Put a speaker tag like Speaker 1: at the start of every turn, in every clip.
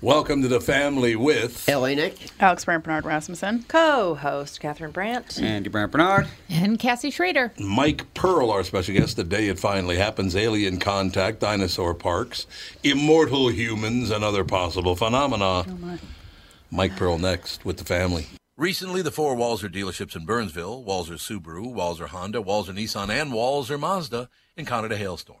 Speaker 1: Welcome to the family with
Speaker 2: LA Nick.
Speaker 3: Alex Brandt Bernard Rasmussen.
Speaker 4: Co host Catherine Brandt.
Speaker 2: Andy Brandt Bernard.
Speaker 5: And Cassie Schrader.
Speaker 1: Mike Pearl, our special guest. The day it finally happens alien contact, dinosaur parks, immortal humans, and other possible phenomena. Oh Mike Pearl next with the family. Recently, the four Walzer dealerships in Burnsville Walzer Subaru, Walzer Honda, Walzer Nissan, and Walzer Mazda encountered a hailstorm.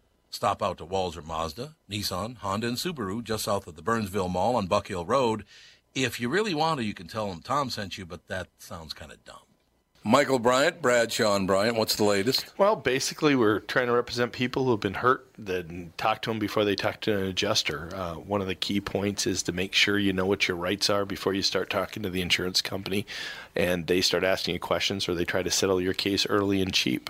Speaker 1: Stop out to Walzer Mazda, Nissan, Honda, and Subaru just south of the Burnsville Mall on Buck Hill Road. If you really want to, you can tell them Tom sent you, but that sounds kind of dumb. Michael Bryant, Brad Sean Bryant, what's the latest?
Speaker 6: Well, basically, we're trying to represent people who have been hurt, then talk to them before they talk to an adjuster. Uh, one of the key points is to make sure you know what your rights are before you start talking to the insurance company and they start asking you questions or they try to settle your case early and cheap.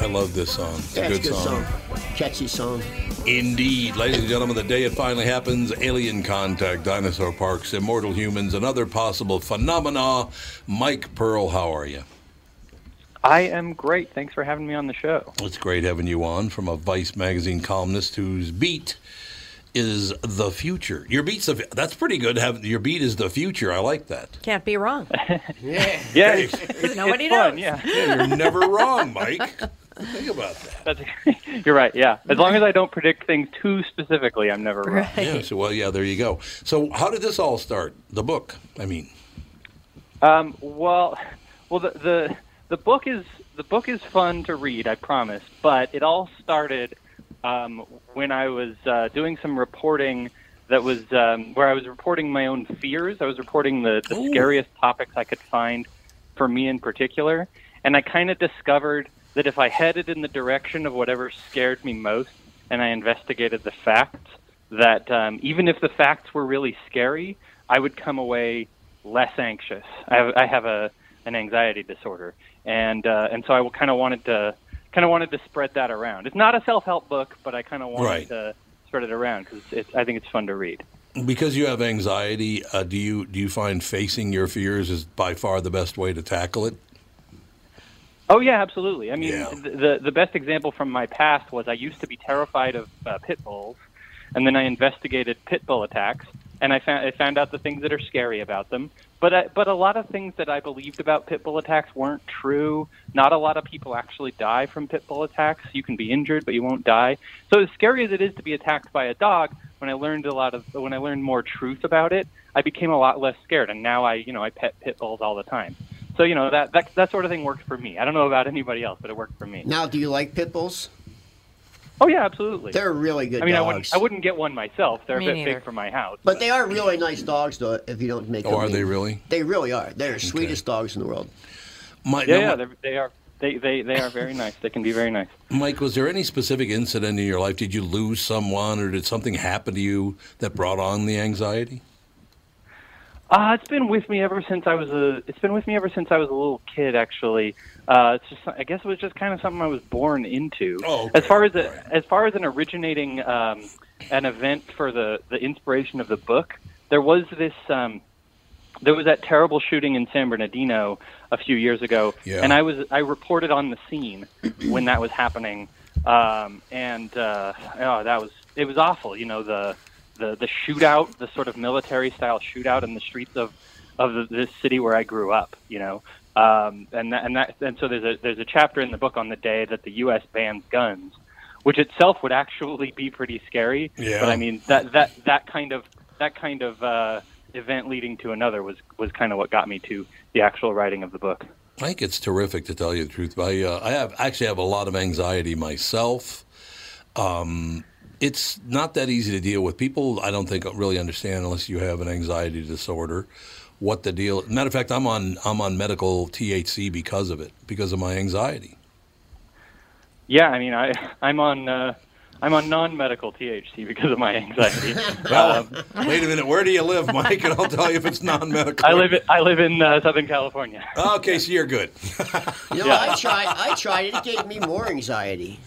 Speaker 1: I love this song. It's
Speaker 2: That's
Speaker 1: a good, song.
Speaker 2: Catchy song.
Speaker 1: Indeed. Ladies and gentlemen, the day it finally happens alien contact, dinosaur parks, immortal humans, and other possible phenomena. Mike Pearl, how are you?
Speaker 7: I am great. Thanks for having me on the show.
Speaker 1: It's great having you on from a Vice magazine columnist whose beat is the future. Your beat's the, that's pretty good. Have your beat is the future. I like that.
Speaker 4: Can't be wrong.
Speaker 2: Yeah.
Speaker 7: Yeah, it's,
Speaker 4: Nobody
Speaker 7: it's fun.
Speaker 4: knows.
Speaker 7: Yeah,
Speaker 1: Yeah, you're never wrong, Oh, Mike. Think about that.
Speaker 7: That's, you're right. Yeah, as long as I don't predict things too specifically, I'm never wrong.
Speaker 1: Yeah. So, well, yeah. There you go. So, how did this all start? The book. I mean.
Speaker 7: Um, well, well, the, the the book is the book is fun to read, I promise. But it all started um, when I was uh, doing some reporting that was um, where I was reporting my own fears. I was reporting the, the
Speaker 1: Ooh.
Speaker 7: scariest topics I could find for me in particular, and I kind of discovered that if I headed in the direction of whatever scared me most, and I investigated the facts, that um, even if the facts were really scary, I would come away less anxious. I have, I have a an anxiety disorder, and uh, and so I kind of wanted to kind of wanted to spread that around. It's not a self help book, but I kind of wanted
Speaker 1: Right.
Speaker 7: to spread it around because I think it's fun to read.
Speaker 1: because you have anxiety, uh, do you do you find facing your fears is by far the best way to tackle it?
Speaker 7: Oh yeah, absolutely. I mean,
Speaker 1: Yeah.
Speaker 7: th the the best example from my past was I used to be terrified of uh, pit bulls, and then I investigated pit bull attacks, and I found I found out the things that are scary about them. But I, but a lot of things that I believed about pit bull attacks weren't true. Not a lot of people actually die from pit bull attacks. You can be injured, but you won't die. So as scary as it is to be attacked by a dog, when I learned a lot of when I learned more truth about it, I became a lot less scared, and now I you know I pet pit bulls all the time. So you know that that that sort of thing worked for me. I don't know about anybody else, but it worked for me.
Speaker 2: Now, do you like pit bulls?
Speaker 7: Oh yeah, absolutely.
Speaker 2: They're really good
Speaker 7: I mean, I
Speaker 2: dogs.
Speaker 7: wouldn't I wouldn't get one myself. They're
Speaker 4: Me
Speaker 7: a bit
Speaker 4: neither.
Speaker 7: big for my house.
Speaker 2: But they are really nice dogs, though, if you don't make
Speaker 1: Oh,
Speaker 2: them
Speaker 1: are
Speaker 2: mean.
Speaker 1: they really?
Speaker 2: They really are. They're the sweetest dogs in the world.
Speaker 1: My,
Speaker 7: yeah,
Speaker 1: now,
Speaker 7: yeah, they're, they are they, they they are very nice. They can be very nice.
Speaker 1: Mike, was there any specific incident in your life? Did you lose someone, or did something happen to you that brought on the anxiety?
Speaker 7: Uh, it's been with me ever since I was a. It's been with me ever since I was a little kid. Actually, uh, it's just. I guess it was just kind of something I was born into.
Speaker 1: Oh, okay.
Speaker 7: As far as
Speaker 1: Right.
Speaker 7: a, as far as an originating um, an event for the the inspiration of the book, there was this. Um, there was that terrible shooting in San Bernardino a few years ago,
Speaker 1: Yeah.
Speaker 7: and I was I reported on the scene when that was happening, um, and uh, oh, that was it was awful. You know the the the shootout, the sort of military style shootout in the streets of of the, this city where I grew up. You know, um, and that, and that and so there's a there's a chapter in the book on the day that the U.S. bans guns, which itself would actually be pretty scary.
Speaker 1: Yeah.
Speaker 7: But I mean that that that kind of that kind of uh, event leading to another was was kind of what got me to the actual writing of the book.
Speaker 1: I think it's terrific to tell you the truth. I uh, I have actually have a lot of anxiety myself. Um, it's not that easy to deal with. People, I don't think really understand unless you have an anxiety disorder what the deal. Matter of fact, I'm on I'm on medical THC because of it because of my anxiety.
Speaker 7: Yeah, I mean I I'm on. Uh, I'm on non-medical THC because of my anxiety. um,
Speaker 1: Wait a minute, where do you live, Mike? And I'll tell you if it's non-medical.
Speaker 7: I live. In, I live in uh, Southern California.
Speaker 1: Okay, so you're good.
Speaker 2: You know, I tried. I tried. It It gave me more anxiety.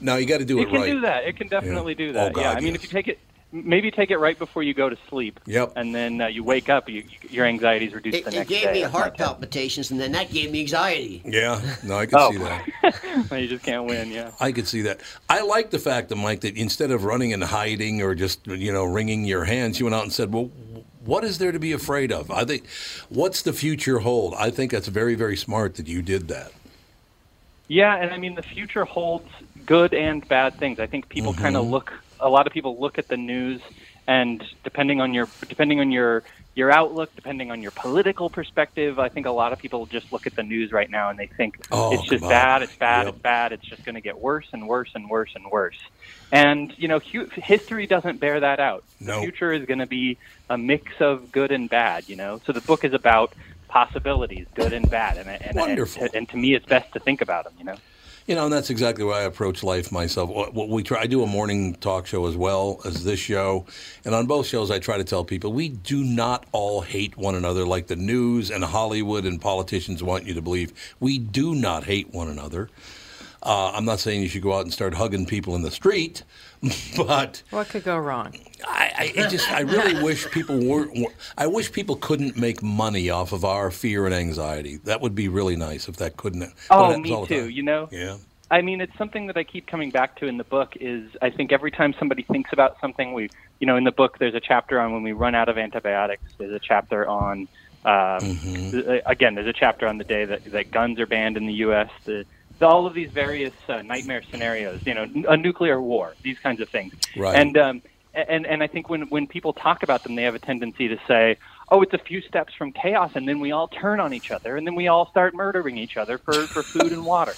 Speaker 1: No, you got to do
Speaker 7: It
Speaker 1: it
Speaker 7: can
Speaker 1: right.
Speaker 7: do that. It can definitely
Speaker 1: Yeah.
Speaker 7: do that.
Speaker 1: Oh, God,
Speaker 7: yeah. I mean,
Speaker 1: yes.
Speaker 7: if you take it, m- maybe take it right before you go to sleep.
Speaker 1: Yep.
Speaker 7: And then uh, you wake up, you, your anxiety's reduced
Speaker 2: It,
Speaker 7: the
Speaker 2: it
Speaker 7: next
Speaker 2: gave
Speaker 7: day.
Speaker 2: me
Speaker 7: That's
Speaker 2: heart
Speaker 7: my tip.
Speaker 2: palpitations, and then that gave me anxiety.
Speaker 1: Yeah, no, I can
Speaker 7: Oh.
Speaker 1: see that.
Speaker 7: you just can't win. Yeah.
Speaker 1: I could see that. I like the fact that Mike, that instead of running and hiding or just you know wringing your hands, you went out and said, "Well, what is there to be afraid of?" I think, what's the future hold? I think that's very, very smart that you did that.
Speaker 7: Yeah, and I mean the future holds good and bad things. I think people kind
Speaker 1: Mm-hmm.
Speaker 7: of look. A lot of people look at the news, and depending on your depending on your your outlook, depending on your political perspective, I think a lot of people just look at the news right now and they think
Speaker 1: Oh,
Speaker 7: it's just
Speaker 1: come on.
Speaker 7: bad, it's bad,
Speaker 1: Yep.
Speaker 7: it's bad, it's just going to get worse and worse and worse and worse. And you know, hu- history doesn't bear that out.
Speaker 1: No.
Speaker 7: The future is going to be a mix of good and bad. You know, so the book is about possibilities, good and bad, and, and,
Speaker 1: Wonderful.
Speaker 7: and to, and to me, it's best to think about them. You know.
Speaker 1: You know, and that's exactly why I approach life myself. What, what we try, I do a morning talk show as well as this show, and on both shows, I try to tell people we do not all hate one another like the news and Hollywood and politicians want you to believe. We do not hate one another. Uh, I'm not saying you should go out and start hugging people in the street, but
Speaker 4: What could go wrong?
Speaker 1: I, I it just I really wish people weren't. were- I wish people couldn't make money off of our fear and anxiety. That would be really nice if that couldn't. but it
Speaker 7: Oh,
Speaker 1: happens all
Speaker 7: me
Speaker 1: the
Speaker 7: too.
Speaker 1: time.
Speaker 7: You know,
Speaker 1: yeah.
Speaker 7: I mean, it's something that I keep coming back to in the book. Is I think every time somebody thinks about something, we, you know, in the book, there's a chapter on when we run out of antibiotics. There's a chapter on, um,
Speaker 1: Mm-hmm.
Speaker 7: th- again, there's a chapter on the day that, that guns are banned in the U.S. The, the, all of these various uh, nightmare scenarios. You know, n- a nuclear war, these kinds of things.
Speaker 1: Right.
Speaker 7: And um, a- and and I think when when people talk about them, they have a tendency to say. Oh, it's a few steps from chaos, and then we all turn on each other, and then we all start murdering each other for, for food and water.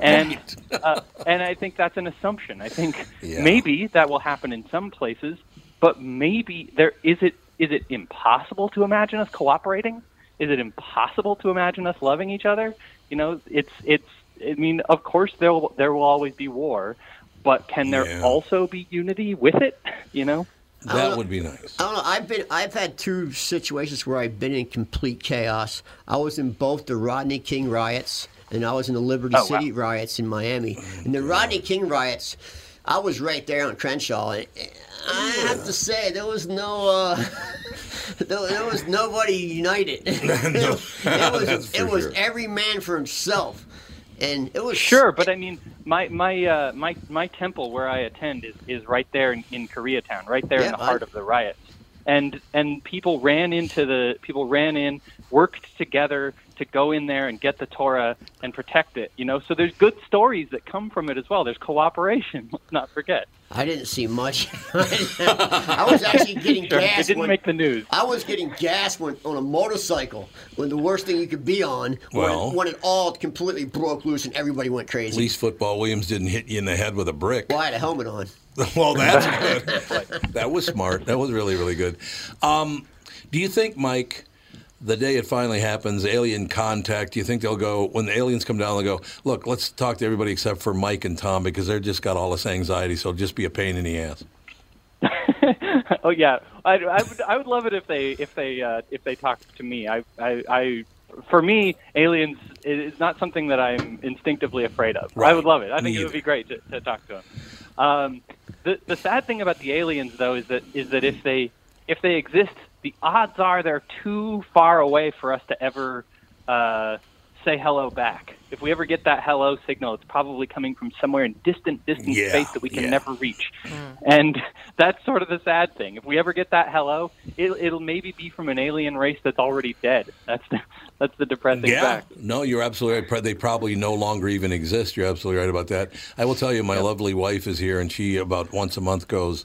Speaker 7: And uh, and I think that's an assumption. I think
Speaker 1: Yeah.
Speaker 7: maybe that will happen in some places, but maybe there is it is it impossible to imagine us cooperating? Is it impossible to imagine us loving each other? You know, it's it's. I mean, of course there will, there will always be war, but can there
Speaker 1: Yeah.
Speaker 7: also be unity with it? You know.
Speaker 1: That would be nice.
Speaker 2: I don't know. I've been. I've had two situations where I've been in complete chaos. I was in both the Rodney King riots and I was in the Liberty
Speaker 7: Oh, wow.
Speaker 2: City riots in Miami. In the Rodney King riots, I was right there on Crenshaw. And I have to say, there was no, uh, there, there was nobody united. it
Speaker 1: that's
Speaker 2: was,
Speaker 1: for
Speaker 2: it was
Speaker 1: sure.
Speaker 2: every man for himself, and it was
Speaker 7: Sure, but I mean, my my uh, my my temple where I attend is, is right there in, in Koreatown, right there
Speaker 2: Yeah,
Speaker 7: in the
Speaker 2: I-
Speaker 7: heart of the riots, and and people ran into the people ran in, worked together to go in there and get the Torah and protect it. You know, so there's good stories that come from it as well. There's cooperation. Let's not forget.
Speaker 2: I didn't see much. I was actually getting
Speaker 7: Sure,
Speaker 2: gas.
Speaker 7: it didn't
Speaker 2: when-
Speaker 7: make the news.
Speaker 2: I was getting gas when, on a motorcycle when the worst thing you could be on
Speaker 1: Well-
Speaker 2: when, when it all completely broke loose and everybody went
Speaker 1: At
Speaker 2: crazy.
Speaker 1: least football Williams didn't hit you in the head with a brick.
Speaker 2: Well, I had a helmet on.
Speaker 1: well, that's good. that was smart. That was really, really good. Um, do you think, Mike, the day it finally happens, alien contact, do you think they'll go, when the aliens come down, they'll go, look, let's talk to everybody except for Mike and Tom because they're just got all this anxiety, so it'll just be a pain in the ass.
Speaker 7: Oh yeah, I, I would I would love it if they if they uh, if they talked to me. I I, I for me, aliens is not something that I'm instinctively afraid of. I
Speaker 1: Right.
Speaker 7: would love it. I
Speaker 1: Me
Speaker 7: think it
Speaker 1: either.
Speaker 7: would be great to, to talk to them. Um, the the sad thing about the aliens though is that is that if they if they exist, the odds are they're too far away for us to ever uh, say hello back. If we ever get that hello signal, it's probably coming from somewhere in distant, distant
Speaker 1: Yeah,
Speaker 7: space that we can
Speaker 1: yeah.
Speaker 7: never reach.
Speaker 1: Mm.
Speaker 7: And that's sort of the sad thing. If we ever get that hello, it, it'll maybe be from an alien race that's already dead. That's the, that's the depressing fact.
Speaker 1: No, you're absolutely right. Pro- They probably no longer even exist. You're absolutely right about that. I will tell you, my lovely wife is here, and she about once a month goes,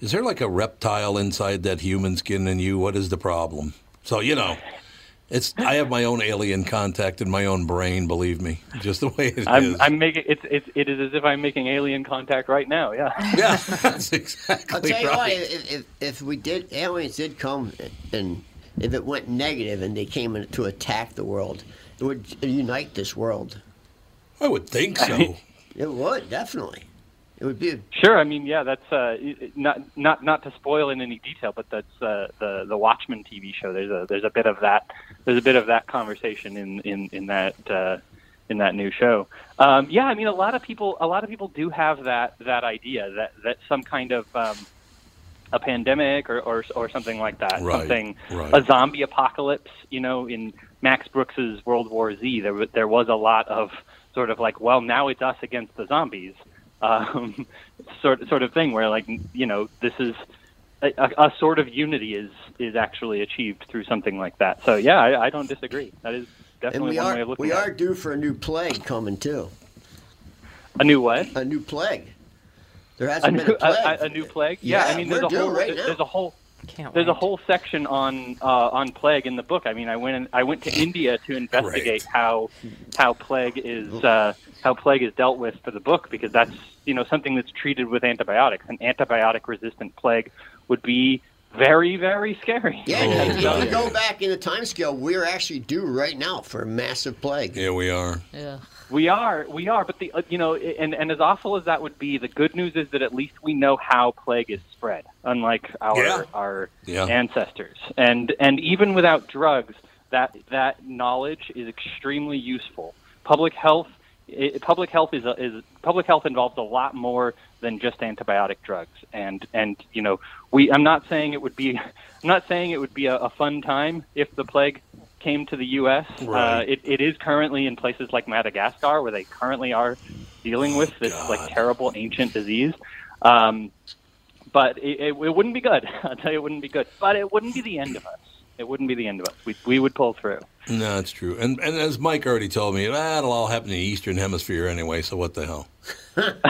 Speaker 1: Is there like a reptile inside that human skin in you? What is the problem? So, you know. It's. I have my own alien contact in my own brain. Believe me, just the way it is.
Speaker 7: I'm, I'm making it's, it's it is as if I'm making alien contact right now. Yeah.
Speaker 1: yeah, that's exactly
Speaker 2: I'll tell you
Speaker 1: right.
Speaker 2: what, if, if, if we did, aliens did come and if it went negative and they came in to attack the world, it would unite this world.
Speaker 1: I would think so.
Speaker 2: It would, definitely. It would be.
Speaker 7: Sure. I mean, yeah. That's uh, it- it- not not not to spoil in any detail, but that's uh, the the Watchmen TV show. There's a there's a bit of that there's a bit of that conversation in in in that uh, in that new show. Um, yeah. I mean, a lot of people a lot of people do have that that idea that that some kind of um, a pandemic or, or or something like that.
Speaker 1: Right,
Speaker 7: something
Speaker 1: right.
Speaker 7: a zombie apocalypse. You know, in Max Brooks's World War Z, there wa- there was a lot of sort of like, well, now it's us against the zombies, um, sort sort of thing where like you know this is a, a, a sort of unity is is actually achieved through something like that. So yeah, I, I don't disagree. That is
Speaker 2: And
Speaker 7: definitely
Speaker 2: we
Speaker 7: one way
Speaker 2: are
Speaker 7: of looking
Speaker 2: we
Speaker 7: at
Speaker 2: are
Speaker 7: it.
Speaker 2: due for a new plague coming too.
Speaker 7: A new what?
Speaker 2: A new plague. There
Speaker 7: A
Speaker 2: hasn't been
Speaker 7: new,
Speaker 2: a
Speaker 7: a,
Speaker 2: plague.
Speaker 7: a- a new plague? Yeah,
Speaker 2: Yeah,
Speaker 7: I mean, there's
Speaker 2: we're
Speaker 7: a
Speaker 2: due
Speaker 7: whole
Speaker 2: right now.
Speaker 7: there's a whole
Speaker 4: Can't
Speaker 7: There's a
Speaker 4: wait.
Speaker 7: whole section on uh, on plague in the book. I mean, I went in, I went to India to investigate
Speaker 1: Right.
Speaker 7: how how plague is uh, how plague is dealt with for the book because that's you know something that's treated with antibiotics. An antibiotic resistant plague would be very very scary.
Speaker 2: Yeah,
Speaker 1: Oh,
Speaker 2: if
Speaker 1: yeah,
Speaker 2: you
Speaker 1: yeah,
Speaker 2: go
Speaker 1: yeah.
Speaker 2: back in the time scale, we're actually due right now for a massive plague.
Speaker 1: Yeah, we are.
Speaker 7: We are, we are, but the uh, you know, and and as awful as that would be, the good news is that at least we know how plague is spread, unlike our
Speaker 1: Yeah.
Speaker 7: our
Speaker 1: Yeah.
Speaker 7: ancestors. And and even without drugs, that that knowledge is extremely useful. Public health, i public health is a, is public health involves a lot more than just antibiotic drugs. And and you know, we I'm not saying it would be, I'm not saying it would be a, a fun time if the plague came to the U.S.
Speaker 1: Right.
Speaker 7: Uh, it, it is currently in places like Madagascar where they currently are dealing with this like terrible ancient disease. Um, but it, it, it wouldn't be good. I'll tell you, it wouldn't be good. But it wouldn't be the end of us. It wouldn't be the end of us. We, we would pull through.
Speaker 1: No, it's true. And and as Mike already told me, that'll all happen in the Eastern Hemisphere anyway. So what the hell?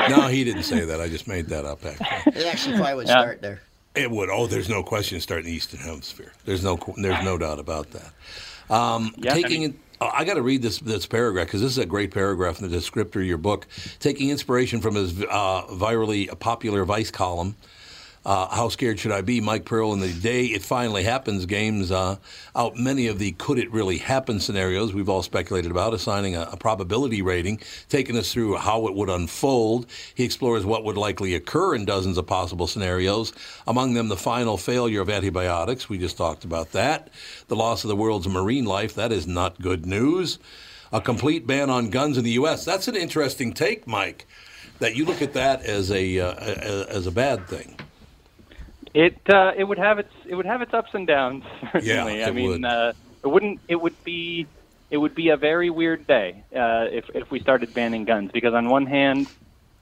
Speaker 1: no, he didn't say that. I just made that up. Actually.
Speaker 2: It actually probably would start there.
Speaker 1: It would. Oh, there's no question. Start in the Eastern Hemisphere. There's no. qu- There's no doubt about that. Um,
Speaker 7: Yeah, I
Speaker 1: taking.
Speaker 7: mean-
Speaker 1: in- oh, I got to read this this paragraph because this is a great paragraph in the descriptor of your book. Taking inspiration from his uh, virally popular Vice column, uh, "How Scared Should I Be?" Mike Pearl in the day it finally happens games uh, out many of the could it really happen scenarios we've all speculated about, assigning a, a probability rating, taking us through how it would unfold. He explores what would likely occur in dozens of possible scenarios, among them the final failure of antibiotics. We just talked about that. The loss of the world's marine life. That is not good news. A complete ban on guns in the U.S. That's an interesting take, Mike. that you look at that as a uh, a- as a bad thing.
Speaker 7: It uh, it would have its it would have its ups and downs. Certainly. I
Speaker 1: it
Speaker 7: mean,
Speaker 1: would.
Speaker 7: Uh, it wouldn't. It would be it would be a very weird day uh, if if we started banning guns because on one hand.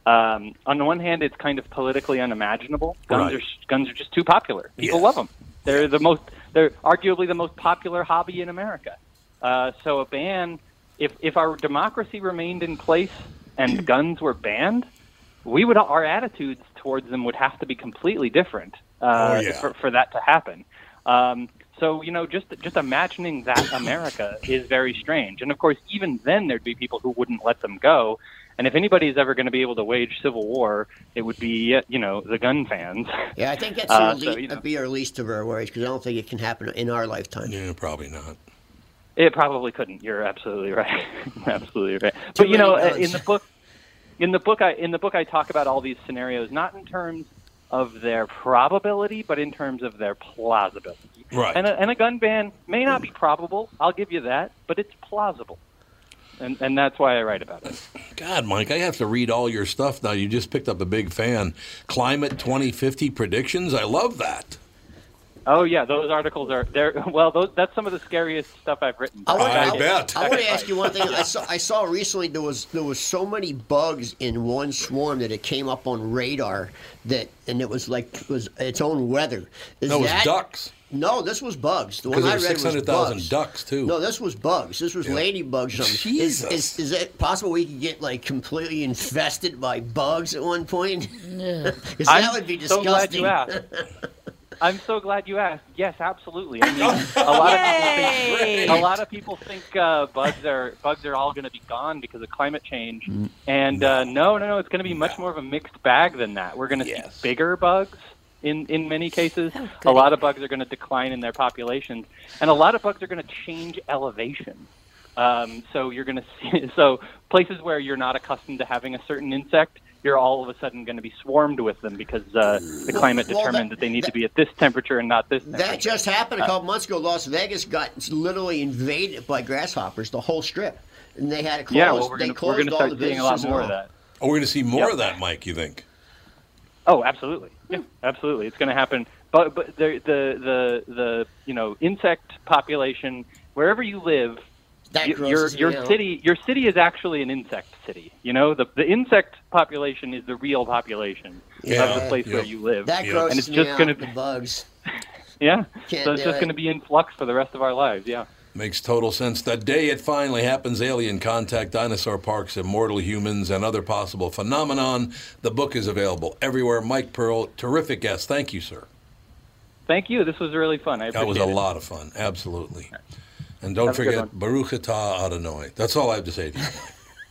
Speaker 7: Um, on the one hand, it's kind of politically unimaginable. Guns
Speaker 1: Right.
Speaker 7: are guns are just too popular. People
Speaker 1: Yes.
Speaker 7: love them. They're the most. They're arguably the most popular hobby in America. Uh, so a ban, if if our democracy remained in place and guns were banned, we would our attitudes towards them would have to be completely different uh,
Speaker 1: Oh, yeah.
Speaker 7: for, for that to happen. Um, so you know, just just imagining that America is very strange, and of course, even then there'd be people who wouldn't let them go. And if anybody's ever going to be able to wage civil war, it would be uh, you know the gun fans.
Speaker 2: Yeah, I think that's
Speaker 7: Uh,
Speaker 2: our
Speaker 7: so,
Speaker 2: least,
Speaker 7: you know.
Speaker 2: that'd be our least of our worries because I don't think it can happen in our lifetime.
Speaker 1: Yeah, probably not.
Speaker 7: It probably couldn't. You're absolutely right. absolutely right.
Speaker 2: Too
Speaker 7: But you know,
Speaker 2: many
Speaker 7: uh, in
Speaker 2: notes.
Speaker 7: the book, in the book, I in the book I talk about all these scenarios, not in terms of their probability, but in terms of their plausibility.
Speaker 1: Right.
Speaker 7: And a, and a gun ban may not
Speaker 2: Mm.
Speaker 7: be probable. I'll give you that, but it's plausible, and and that's why I write about it.
Speaker 1: God, Mike, I have to read all your stuff now. You just picked up a big fan. Climate 2050 predictions. I love that.
Speaker 7: Oh yeah, those articles are there. Well, those, that's some of the scariest stuff I've written.
Speaker 2: I wanna-
Speaker 1: I bet.
Speaker 2: I want to ask you one thing. I saw I saw recently there was there was so many bugs in one swarm that it came up on radar that and it was like it was its own weather. Is
Speaker 1: No, it was ducks.
Speaker 2: No, this was bugs. The one
Speaker 1: Because there
Speaker 2: I
Speaker 1: were
Speaker 2: read was
Speaker 1: 600,000
Speaker 2: bugs.
Speaker 1: ducks, too.
Speaker 2: No, this was bugs. This was ladybugs. or Something. Is,
Speaker 1: Jesus.
Speaker 2: is, is it possible we could get like completely infested by bugs at one point? Because that would be
Speaker 7: so
Speaker 2: disgusting.
Speaker 7: glad you asked. I'm so glad you asked. Yes, absolutely. I mean, a lot of people think, a lot of people think uh, bugs are bugs are all going to be gone because of climate change,
Speaker 2: Mm.
Speaker 7: and uh, no, no, no, it's going to be much more of a mixed bag than that. We're going to
Speaker 1: Yes.
Speaker 7: see bigger bugs in in many cases. a lot of bugs are going to decline in their populations, and a lot of bugs are going to change elevation. Um, so you're going to see so places where you're not accustomed to having a certain insect, you're all of a sudden going to be swarmed with them because uh, the climate
Speaker 2: Well, that-
Speaker 7: determined that, they need to be at this temperature and not this temperature.
Speaker 2: That just
Speaker 7: Uh,
Speaker 2: happened a couple months ago. Las Vegas got literally invaded by grasshoppers, the whole strip, and they had to close.
Speaker 7: yeah, well, we're
Speaker 2: they
Speaker 7: going to we're
Speaker 2: closed
Speaker 7: going to
Speaker 2: all the
Speaker 7: start seeing a lot
Speaker 2: businesses and
Speaker 7: more of
Speaker 2: all.
Speaker 7: that.
Speaker 1: Oh, we're going to see more
Speaker 7: Yep.
Speaker 1: of that, Mike, you think?
Speaker 7: Oh, absolutely.
Speaker 2: Hmm.
Speaker 7: Yeah, absolutely. It's going to happen. But but the the the the you know insect population wherever you live,
Speaker 2: That
Speaker 7: y- your
Speaker 2: grosses me
Speaker 7: your
Speaker 2: out.
Speaker 7: city your city is actually an insect city. You know the the insect population is the real population of
Speaker 1: Yeah.
Speaker 7: the place where
Speaker 1: Yeah.
Speaker 7: you live.
Speaker 2: That
Speaker 1: Yeah.
Speaker 2: grosses
Speaker 7: And it's
Speaker 2: me
Speaker 7: just
Speaker 2: out,
Speaker 7: gonna
Speaker 2: the
Speaker 7: be-
Speaker 2: bugs.
Speaker 7: yeah.
Speaker 2: Can't
Speaker 7: So it's
Speaker 2: do
Speaker 7: just
Speaker 2: it.
Speaker 7: going to be in flux for the rest of our lives. Yeah.
Speaker 1: Makes total sense. The day it finally happens, alien contact, dinosaur parks, immortal humans, and other possible phenomenon. The book is available everywhere. Mike Pearl, terrific guest. Thank you, sir.
Speaker 7: Thank you. This was really fun. I appreciate
Speaker 1: That was a
Speaker 7: it.
Speaker 1: lot of fun. Absolutely. And don't
Speaker 7: Have a good
Speaker 1: forget Baruch Atah Adonai. That's all I have to say to you.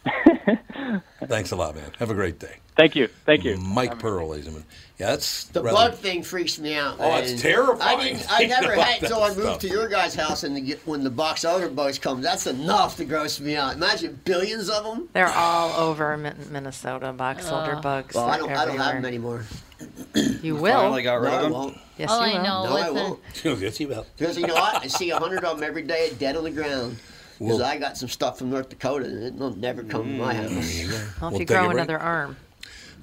Speaker 1: Thanks a lot, man. Have a great day.
Speaker 7: Thank you. Thank you.
Speaker 1: Mike Pearl, ladies and gentlemen. Yeah, that's
Speaker 2: The
Speaker 1: rather-
Speaker 2: bug thing freaks me out.
Speaker 1: Oh, it's
Speaker 2: man.
Speaker 1: terrifying.
Speaker 2: I didn't. I
Speaker 1: You
Speaker 2: never
Speaker 1: know,
Speaker 2: had until I
Speaker 1: that
Speaker 2: moved
Speaker 1: stuff.
Speaker 2: to your guys' house, and the, when the box elder bugs come, that's enough to gross me out. Imagine billions of them.
Speaker 4: They're all over Min- Minnesota. Box elder bugs.
Speaker 2: Well, I
Speaker 4: They're
Speaker 2: don't. I don't have them
Speaker 4: everywhere.
Speaker 2: anymore.
Speaker 4: You
Speaker 5: Finally
Speaker 4: will.
Speaker 5: got
Speaker 2: No,
Speaker 5: rid of
Speaker 2: I
Speaker 5: them.
Speaker 2: won't.
Speaker 4: Yes,
Speaker 8: All
Speaker 4: you
Speaker 8: I
Speaker 4: will.
Speaker 8: know
Speaker 2: No, Oh, I
Speaker 8: is that
Speaker 2: won't.
Speaker 1: Yes, you will.
Speaker 2: Because you know what? I see a hundred of them every day, dead on the ground. Because
Speaker 1: Well-
Speaker 2: I got some stuff from North Dakota, and it'll never come to my house.
Speaker 4: Mm. Well, if
Speaker 1: Mm-hmm. We'll
Speaker 4: you
Speaker 1: take a
Speaker 4: grow
Speaker 1: break.
Speaker 4: another arm.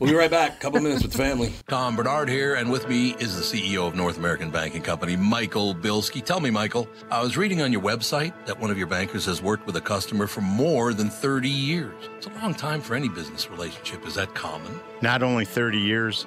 Speaker 1: We'll be right back. Couple minutes with the family.
Speaker 9: Tom Bernard here, and with me is the CEO of North American Banking Company, Michael Bilski. Tell me, Michael, I was reading on your website that one of your bankers has worked with a customer for more than 30 years. It's a long time for any business relationship. Is that common?
Speaker 10: Not only 30 years,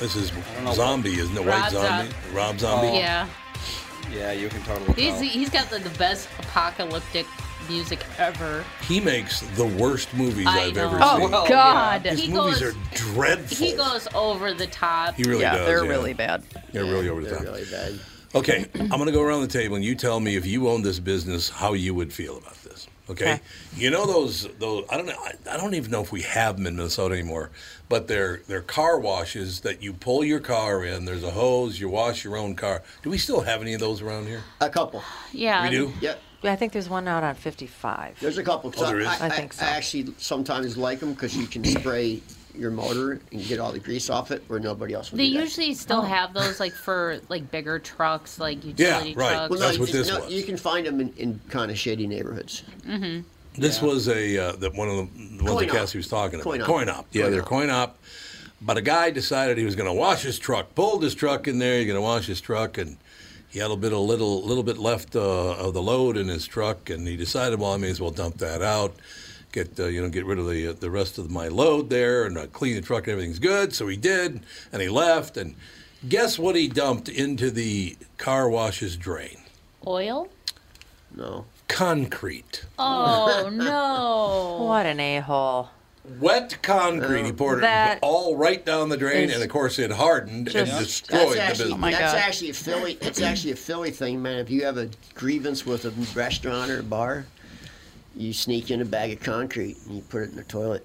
Speaker 1: This is
Speaker 8: know
Speaker 1: zombie,
Speaker 8: what-
Speaker 1: isn't it? White
Speaker 11: Rob
Speaker 1: zombie.
Speaker 11: Zombie.
Speaker 1: Rob zombie.
Speaker 11: Yeah.
Speaker 8: Yeah, you can totally
Speaker 11: He's, he's got like, the best apocalyptic music ever.
Speaker 1: He makes the worst movies
Speaker 11: I
Speaker 1: have
Speaker 11: know.
Speaker 1: ever
Speaker 11: Oh,
Speaker 1: seen.
Speaker 11: well, God.
Speaker 1: His
Speaker 11: He
Speaker 1: movies
Speaker 11: goes-
Speaker 1: are dreadful.
Speaker 11: He goes over the top.
Speaker 1: He really does. yeah.
Speaker 11: bad.
Speaker 1: They're really over the top.
Speaker 2: really bad.
Speaker 1: Okay, I'm going to go around the table and you tell me if you owned this business, how you would feel about this. Okay,
Speaker 9: Okay.
Speaker 1: you know those those I don't know I, I don't even know if we have them in Minnesota anymore, but they're they're car washes that you pull your car in. There's a hose, you wash your own car. Do we still have any of those around here?
Speaker 2: A couple.
Speaker 4: Yeah.
Speaker 1: We do?
Speaker 2: Yeah.
Speaker 4: Yeah, I think there's one out on 55.
Speaker 2: There's a couple. 'cause
Speaker 4: Oh, there is?
Speaker 2: I, I,
Speaker 4: I think so.
Speaker 2: I actually sometimes like them because you can spray your motor and get all the grease off it, where nobody else will.
Speaker 11: They
Speaker 2: do that.
Speaker 11: usually still have those like for like bigger trucks, like utility trucks.
Speaker 2: Well, no, you, no, You can find them in, in kind of shady neighborhoods.
Speaker 11: hmm
Speaker 1: This was a uh, that one of the the ones
Speaker 2: Coin
Speaker 1: that
Speaker 2: op.
Speaker 1: Cassie was talking about.
Speaker 2: Coin op.
Speaker 1: Coin op. Yeah,
Speaker 2: Coin
Speaker 1: they're
Speaker 2: op.
Speaker 1: coin op. But a guy decided he was going to wash his truck. Pulled his truck in there. He's going to wash his truck, and he had a bit, a little, little bit left uh, of the load in his truck, and he decided, well, I may as well dump that out, get uh, you know, get rid of the the rest of my load there, and uh, clean the truck, and everything's good. So he did, and he left, and guess what he dumped into the car wash's drain?
Speaker 11: Oil.
Speaker 2: No.
Speaker 1: Concrete.
Speaker 11: Oh no!
Speaker 4: What an a hole.
Speaker 1: Wet concrete.
Speaker 2: Oh.
Speaker 1: He poured it
Speaker 4: That
Speaker 1: all right down the drain,
Speaker 4: is
Speaker 1: and of course it hardened
Speaker 4: just-
Speaker 1: and
Speaker 2: That's
Speaker 1: destroyed the
Speaker 2: actually,
Speaker 1: business.
Speaker 2: that's actually a Philly. It's actually a Philly thing, man. If you have a grievance with a restaurant or a bar, you sneak in a bag of concrete and you put it in the toilet.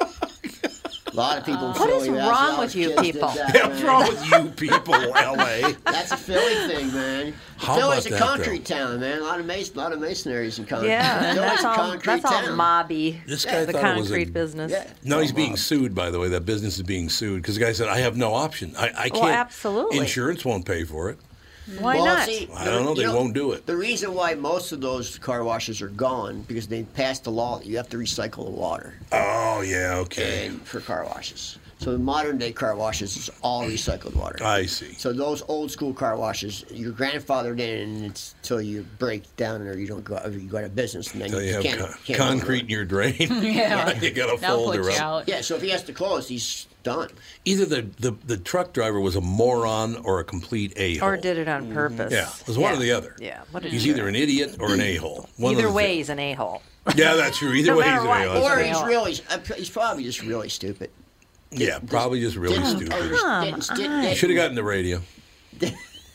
Speaker 2: a lot of people. in
Speaker 4: What is
Speaker 2: Philly, that's
Speaker 4: wrong
Speaker 2: how
Speaker 4: with
Speaker 2: us
Speaker 4: you
Speaker 2: kids did
Speaker 4: people?
Speaker 2: that,
Speaker 4: Yeah,
Speaker 1: What's
Speaker 2: man.
Speaker 1: wrong with you people, LA?
Speaker 2: That's a Philly thing, man.
Speaker 1: How
Speaker 2: Philly's
Speaker 1: about
Speaker 2: a
Speaker 1: that,
Speaker 2: concrete town, man. A lot of mas- lot of masonries and concrete.
Speaker 4: Yeah,
Speaker 2: Philly's
Speaker 4: that's
Speaker 2: a
Speaker 4: all,
Speaker 2: concrete
Speaker 4: that's all
Speaker 2: town.
Speaker 4: mobby.
Speaker 1: This guy
Speaker 4: the
Speaker 1: thought it was a-
Speaker 4: concrete business.
Speaker 1: No,
Speaker 2: Oh,
Speaker 1: he's being sued, by the way. That business is being sued because the guy said, I have no option. I, I
Speaker 4: Well,
Speaker 1: can't.
Speaker 4: absolutely.
Speaker 1: Insurance won't pay for it.
Speaker 4: Why
Speaker 2: Well,
Speaker 4: not?
Speaker 2: see,
Speaker 1: I don't know. They
Speaker 2: you
Speaker 1: won't do it.
Speaker 2: The reason why most of those car washes are gone because they passed a law that you have to recycle the water
Speaker 1: Oh, yeah, okay.
Speaker 2: for car washes. So the modern day car washes is all recycled water.
Speaker 1: I see.
Speaker 2: So those old school car washes, your grandfathered in and it's till you break down or you don't go you go out of business and then
Speaker 1: So you have
Speaker 2: can't,
Speaker 1: con-
Speaker 2: can't
Speaker 1: concrete in your drain.
Speaker 2: Yeah.
Speaker 1: you got a folder up.
Speaker 2: Yeah, so if he has to close, he's done.
Speaker 1: Either the, the, the truck driver was a moron or a complete a hole.
Speaker 4: Or did it
Speaker 2: Mm-hmm.
Speaker 4: on purpose.
Speaker 1: Yeah, it was one or the other.
Speaker 4: Mm-hmm. Yeah. What a
Speaker 1: He's
Speaker 4: jerk.
Speaker 1: either an idiot or an a hole.
Speaker 4: Either way, he's an a hole.
Speaker 1: Yeah, that's true. Either
Speaker 4: No
Speaker 1: way, he's
Speaker 4: matter
Speaker 1: an
Speaker 4: what,
Speaker 1: a hole.
Speaker 2: Or
Speaker 1: That's
Speaker 2: he's
Speaker 1: right.
Speaker 2: really, he's probably just really stupid.
Speaker 1: Yeah, probably just really
Speaker 2: didn't-
Speaker 1: stupid.
Speaker 2: Come
Speaker 4: Come
Speaker 2: on.
Speaker 1: You should have gotten the radio.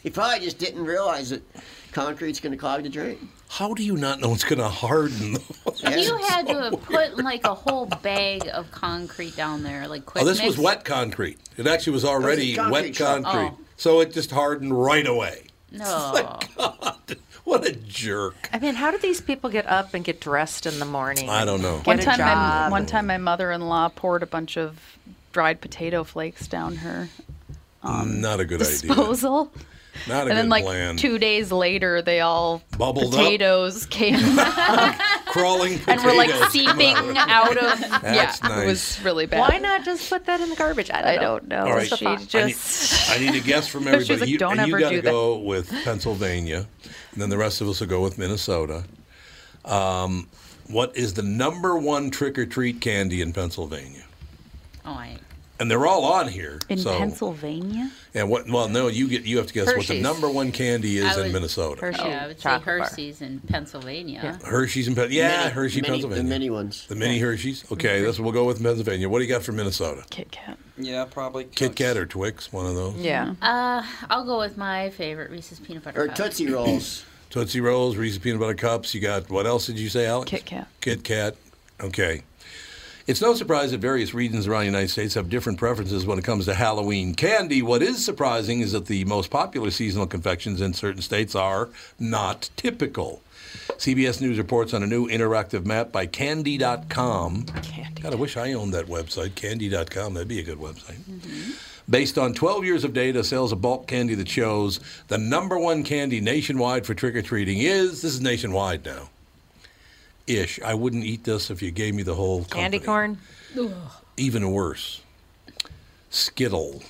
Speaker 2: He probably just didn't realize that concrete's going to clog the drain.
Speaker 1: How do you not know it's going to harden?
Speaker 11: You had to have put like a whole bag of concrete down there, like quick.
Speaker 1: oh, this
Speaker 11: mix.
Speaker 1: was wet concrete. It actually was already
Speaker 11: It was a
Speaker 1: wet
Speaker 11: concrete truck.
Speaker 1: concrete.
Speaker 11: Oh.
Speaker 1: So it just hardened right away.
Speaker 11: No.
Speaker 1: What a jerk.
Speaker 4: I mean, how do these people get up and get dressed in the morning?
Speaker 1: I don't know.
Speaker 4: Get
Speaker 3: One
Speaker 4: a
Speaker 3: time, my,
Speaker 4: job.
Speaker 3: one time, my mother-in-law poured a bunch of dried potato flakes down her
Speaker 1: not a good idea.
Speaker 3: disposal,
Speaker 1: Not
Speaker 3: and
Speaker 1: a good
Speaker 3: then like
Speaker 1: plan.
Speaker 3: two days later, they all
Speaker 1: Bubbled up.
Speaker 3: potatoes came
Speaker 1: Crawling potatoes.
Speaker 3: and were like
Speaker 1: come
Speaker 3: seeping out of.
Speaker 1: That's
Speaker 3: yeah, it
Speaker 1: nice.
Speaker 3: was really bad.
Speaker 4: Why not just put that in the garbage? I don't,
Speaker 3: I don't
Speaker 4: know.
Speaker 3: know.
Speaker 1: All right.
Speaker 4: She
Speaker 1: I need-
Speaker 4: just.
Speaker 1: I need a guess from
Speaker 3: She was
Speaker 1: everybody.
Speaker 3: like,
Speaker 1: you,
Speaker 3: "Don't
Speaker 1: and you
Speaker 3: ever
Speaker 1: got to
Speaker 3: do that."
Speaker 1: go with Pennsylvania, and then the rest of us will go with Minnesota. Um, what is the number one trick or treat candy in Pennsylvania?
Speaker 11: Oh, I
Speaker 1: and they're all on here.
Speaker 3: In
Speaker 1: so
Speaker 3: Pennsylvania?
Speaker 1: and what? Well, no, you get you have to guess what the
Speaker 11: Hershey's.
Speaker 1: number one candy is
Speaker 11: I
Speaker 1: in
Speaker 11: would-
Speaker 1: Minnesota.
Speaker 11: Yeah, I would say Hershey's in Pennsylvania.
Speaker 1: Hershey's in Pen- yeah,
Speaker 11: Mini-
Speaker 1: Hershey,
Speaker 11: mini- the
Speaker 1: Pennsylvania.
Speaker 2: mini ones.
Speaker 1: The mini Hershey's. Okay, that's we'll go with Pennsylvania. What do you got for Minnesota?
Speaker 3: Kit Kat.
Speaker 8: Yeah, probably.
Speaker 1: Kit Kat or Twix, one of those.
Speaker 11: Uh, I'll go with my favorite Reese's peanut butter cups.
Speaker 1: Tootsie Rolls, Reese's Peanut Butter Cups. You got, what else did you say, Alex?
Speaker 11: Kit Kat.
Speaker 1: Kit Kat. Okay. It's no surprise that various regions around the United States have different preferences when it comes to Halloween candy. What is surprising is that the most popular seasonal confections in certain states are not typical. CBS News reports on a new interactive map by Candy.com. Candy. God, I wish I owned that website, Candy.com. That'd be a good website. Based on 12 years of data, sales of bulk candy that shows the number one candy nationwide for trick or treating is this is nationwide now. Ish. I wouldn't eat this if you gave me the whole
Speaker 4: Candy
Speaker 1: company.
Speaker 4: corn.
Speaker 1: Even worse, Skittles.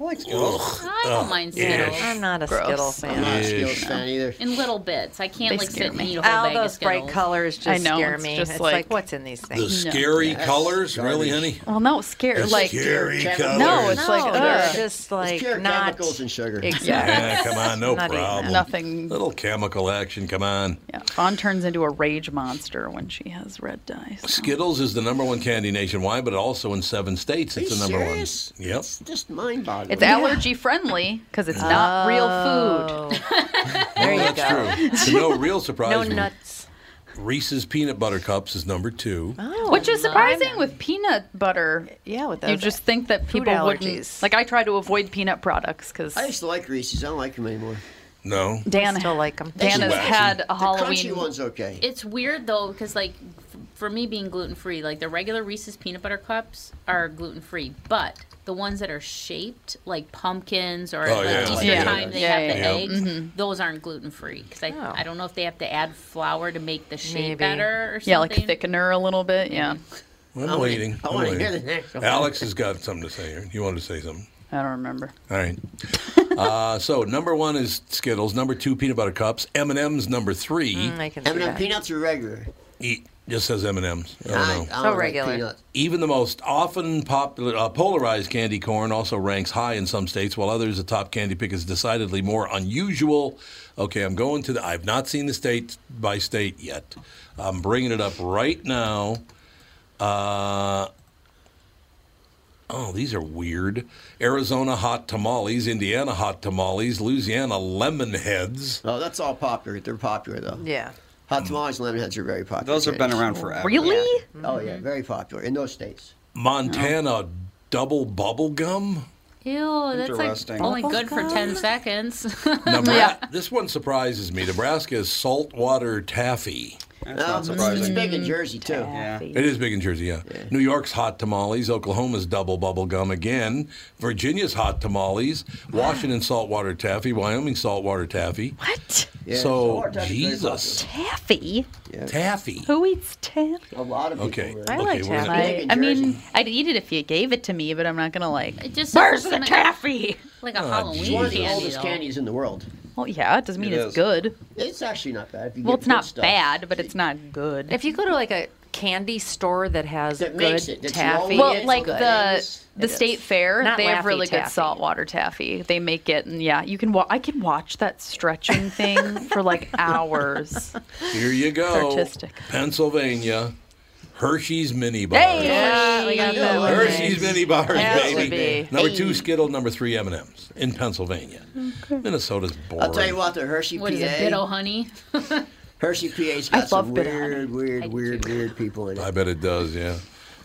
Speaker 2: I like
Speaker 1: Skittles.
Speaker 11: I don't
Speaker 1: Ugh,
Speaker 11: mind
Speaker 1: ish.
Speaker 11: Skittles.
Speaker 4: I'm not a
Speaker 1: Gross.
Speaker 4: Skittle fan.
Speaker 1: I'm not a Skittles fan
Speaker 2: either.
Speaker 11: In little bits. I can't
Speaker 4: They
Speaker 11: like
Speaker 4: scare
Speaker 11: sit and
Speaker 4: me.
Speaker 11: eat a whole
Speaker 4: All
Speaker 11: bag of
Speaker 4: those bright
Speaker 11: Skittles.
Speaker 4: colors
Speaker 11: I
Speaker 4: just
Speaker 11: know,
Speaker 4: scare
Speaker 11: it's
Speaker 4: me.
Speaker 11: just
Speaker 4: it's like,
Speaker 11: like-
Speaker 4: what's in these
Speaker 1: The
Speaker 4: things?
Speaker 1: scary colors, really, honey?
Speaker 3: Well, no, scary.
Speaker 1: It's
Speaker 3: like
Speaker 1: scary
Speaker 3: No,
Speaker 1: colours.
Speaker 3: it's like
Speaker 1: No,
Speaker 3: ugh.
Speaker 4: it's just like
Speaker 3: pure
Speaker 4: not
Speaker 3: chemicals
Speaker 2: and sugar.
Speaker 3: Exactly.
Speaker 1: Yeah, come on, no
Speaker 3: Not even.
Speaker 1: problem.
Speaker 3: Nothing.
Speaker 1: Little chemical action, come on.
Speaker 3: Yeah, Fawn turns into a rage monster when she has red dye.
Speaker 1: Skittles is the number one candy nationwide, but also in seven states
Speaker 3: Are
Speaker 1: it's
Speaker 3: you
Speaker 1: the number
Speaker 3: serious?
Speaker 1: one. Yep.
Speaker 2: Just mind boggling.
Speaker 3: It's allergy friendly because it's
Speaker 2: Oh.
Speaker 3: not real food.
Speaker 1: There
Speaker 3: you
Speaker 1: that's
Speaker 3: go.
Speaker 1: true. To no real surprise.
Speaker 3: No
Speaker 1: we-
Speaker 3: nuts.
Speaker 1: Reese's peanut butter cups is number two.
Speaker 2: Oh,
Speaker 3: Which is surprising with peanut butter.
Speaker 4: Yeah, with
Speaker 3: You
Speaker 2: those
Speaker 3: just think that
Speaker 2: food
Speaker 3: people wouldn't.
Speaker 2: allergies.
Speaker 3: Like I try to avoid peanut products because
Speaker 2: I used to like Reese's. I don't like them anymore.
Speaker 1: No.
Speaker 3: Dan
Speaker 4: still like them.
Speaker 3: Dan has had a
Speaker 2: The
Speaker 3: Halloween.
Speaker 2: crunchy one's okay.
Speaker 11: It's weird though, because like f- for me being gluten free, like the regular Reese's peanut butter cups are gluten free, but the ones that are shaped like pumpkins or
Speaker 3: Oh,
Speaker 11: at like
Speaker 3: yeah.
Speaker 11: Easter
Speaker 3: Yeah.
Speaker 11: time they
Speaker 3: Yeah,
Speaker 11: have the
Speaker 3: yeah, yeah.
Speaker 11: eggs,
Speaker 3: Mhm.
Speaker 11: those aren't gluten free because I,
Speaker 3: Oh.
Speaker 11: I don't know if they have to add flour to make the shape
Speaker 3: Maybe.
Speaker 11: better or something.
Speaker 3: Yeah, like thickener a little bit. Yeah.
Speaker 1: I'm,
Speaker 3: Oh, I wanna-
Speaker 1: waiting.
Speaker 3: I
Speaker 1: I'm
Speaker 3: wanna
Speaker 1: waiting.
Speaker 3: hear the next one.
Speaker 1: Alex has got something to say here. You wanted to say something?
Speaker 3: I don't remember.
Speaker 1: All right. uh, so number one is Skittles. Number two, peanut butter cups. M and M's. Number three.
Speaker 2: M&M peanuts are regular.
Speaker 1: Eat just says M and M's. I
Speaker 2: I-
Speaker 1: don't know.
Speaker 2: I don't Oh, like regular. peanuts.
Speaker 1: Even the most often popular uh, polarized candy corn also ranks high in some states, while others the top candy pick is decidedly more unusual. Okay, I'm going to the. I've not seen the state by state yet. I'm bringing it up right now. Uh, Oh, these are weird. Arizona hot tamales, Indiana hot tamales, Louisiana lemon heads.
Speaker 2: Oh, that's all popular. They're popular though.
Speaker 4: Yeah.
Speaker 2: Hot tamales, lemon heads are very popular.
Speaker 8: Those have been
Speaker 2: candies.
Speaker 8: around forever.
Speaker 3: Really?
Speaker 2: Oh yeah, very popular in those states.
Speaker 1: Montana double bubble gum.
Speaker 11: Ew, that's like
Speaker 1: Interesting.
Speaker 11: only
Speaker 1: Oh,
Speaker 11: good for ten seconds.
Speaker 1: Nebra- This one surprises me. Nebraska is saltwater taffy.
Speaker 2: Um, it's- it's big in Jersey too.
Speaker 1: It is big in Jersey, yeah. New York's hot tamales, Oklahoma's double bubble gum again, Virginia's hot tamales, Washington saltwater taffy, Wyoming saltwater taffy.
Speaker 3: What?
Speaker 2: Yeah,
Speaker 1: so
Speaker 2: saltwater taffy's very
Speaker 1: Jesus,
Speaker 3: Taffy.
Speaker 1: taffy.
Speaker 3: Who eats taffy?
Speaker 2: A lot of
Speaker 1: Okay.
Speaker 2: people.
Speaker 3: I
Speaker 1: okay,
Speaker 3: like
Speaker 1: we're gonna-
Speaker 3: taffy. I mean, I'd eat it if you gave it to me, but I'm not gonna like. It
Speaker 11: just
Speaker 3: Where's the
Speaker 11: sounds like-
Speaker 3: taffy?
Speaker 11: Like
Speaker 2: a
Speaker 1: Oh,
Speaker 2: Halloween It's one of the candy, oldest though. candies in the world.
Speaker 3: Well, yeah, it doesn't mean
Speaker 2: It
Speaker 3: it's
Speaker 2: is.
Speaker 3: good.
Speaker 2: It's actually not bad. If you
Speaker 3: Well,
Speaker 2: get
Speaker 3: it's not
Speaker 2: good stuff.
Speaker 3: bad, but it's not good.
Speaker 4: If you go to like a candy store that has
Speaker 3: That
Speaker 4: good
Speaker 3: makes it, that's
Speaker 4: taffy,
Speaker 3: well, like the the
Speaker 4: It is.
Speaker 3: state fair,
Speaker 4: Not
Speaker 3: they have
Speaker 4: Laffy
Speaker 3: really good
Speaker 4: Taffy.
Speaker 3: saltwater taffy. They make it, and yeah, you can. Wa- I can watch that stretching thing for like hours.
Speaker 1: Here you go.
Speaker 3: Artistic.
Speaker 1: Pennsylvania. Hershey's mini bars.
Speaker 3: Hey, yeah, we got that one.
Speaker 1: Hershey's mini bars,
Speaker 3: Oh, That would
Speaker 1: baby.
Speaker 3: be-
Speaker 1: Number
Speaker 3: Hey.
Speaker 1: two, Skittle. Number three, M and M's in Pennsylvania. Minnesota's boring.
Speaker 2: I'll tell you what, the Hershey
Speaker 11: What
Speaker 2: PA.
Speaker 11: is it, Biddle honey?
Speaker 2: Hershey PA's
Speaker 11: I
Speaker 2: got some
Speaker 11: love Biddle
Speaker 2: weird, weird, weird, weird people in it.
Speaker 1: I bet it does. Yeah.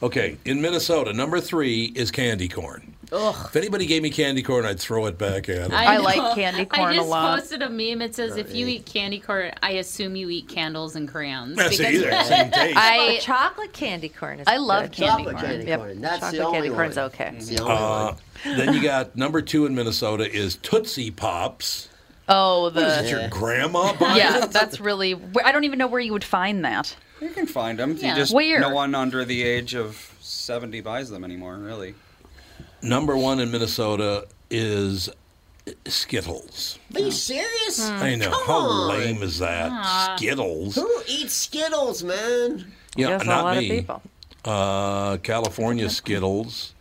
Speaker 1: Okay, in Minnesota, number three is candy corn.
Speaker 11: Ugh.
Speaker 1: If anybody gave me candy corn, I'd throw it back at them.
Speaker 3: I like
Speaker 11: know.
Speaker 3: candy corn
Speaker 11: I
Speaker 3: a
Speaker 11: just
Speaker 3: lot.
Speaker 11: posted a meme. It says, "If you eat candy corn, I assume you eat candles and crayons."
Speaker 1: That's
Speaker 11: Because-
Speaker 1: either same taste.
Speaker 4: I chocolate candy corn. Is
Speaker 3: I love
Speaker 4: good.
Speaker 3: candy Chocolate corn. candy
Speaker 4: Yep.
Speaker 3: corn, that's the
Speaker 4: chocolate
Speaker 3: only
Speaker 4: candy corn's
Speaker 3: one.
Speaker 4: okay.
Speaker 1: Uh, then you got number two in Minnesota is Tootsie Pops.
Speaker 3: Oh, the
Speaker 1: What is it, your grandma buys
Speaker 3: yeah,
Speaker 1: it?
Speaker 3: that's really. I don't even know where you would find that.
Speaker 8: You can find them.
Speaker 3: Yeah.
Speaker 8: You just
Speaker 3: Where?
Speaker 8: no one under the age of seventy buys them anymore, really.
Speaker 1: Number one in Minnesota is Skittles.
Speaker 2: Are you serious?
Speaker 1: I know.
Speaker 2: Mm. Come
Speaker 1: How
Speaker 2: on.
Speaker 1: lame is that?
Speaker 2: Ah.
Speaker 1: Skittles.
Speaker 2: Who eats Skittles, man?
Speaker 1: Yeah, not me. Uh, California Skittles.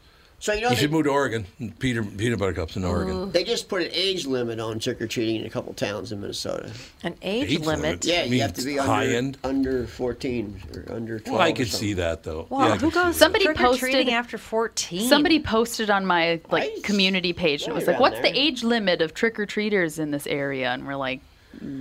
Speaker 2: So you know
Speaker 1: you
Speaker 2: they- Mm.
Speaker 1: should move to Oregon. Peter, peanut butter cups in Oregon.
Speaker 2: They just put an age limit on trick or treating in a couple towns in Minnesota.
Speaker 4: An age,
Speaker 1: Age limit? limit?
Speaker 2: Yeah,
Speaker 1: You
Speaker 2: you
Speaker 1: mean
Speaker 2: have to be
Speaker 1: it's
Speaker 2: under,
Speaker 1: high-end?
Speaker 2: under 14 or under 12.
Speaker 1: Well, I
Speaker 2: or
Speaker 1: could
Speaker 2: something.
Speaker 1: see that though.
Speaker 4: Wow,
Speaker 1: Yeah, I
Speaker 4: who
Speaker 1: could see
Speaker 4: goes
Speaker 1: that.
Speaker 3: Somebody
Speaker 4: trick-or-treating
Speaker 3: posted-
Speaker 4: after 14?
Speaker 3: Somebody posted on my like community page and it was like,
Speaker 2: around
Speaker 3: "What's
Speaker 2: there.
Speaker 3: the age limit of trick or treaters in this area?" And we're like,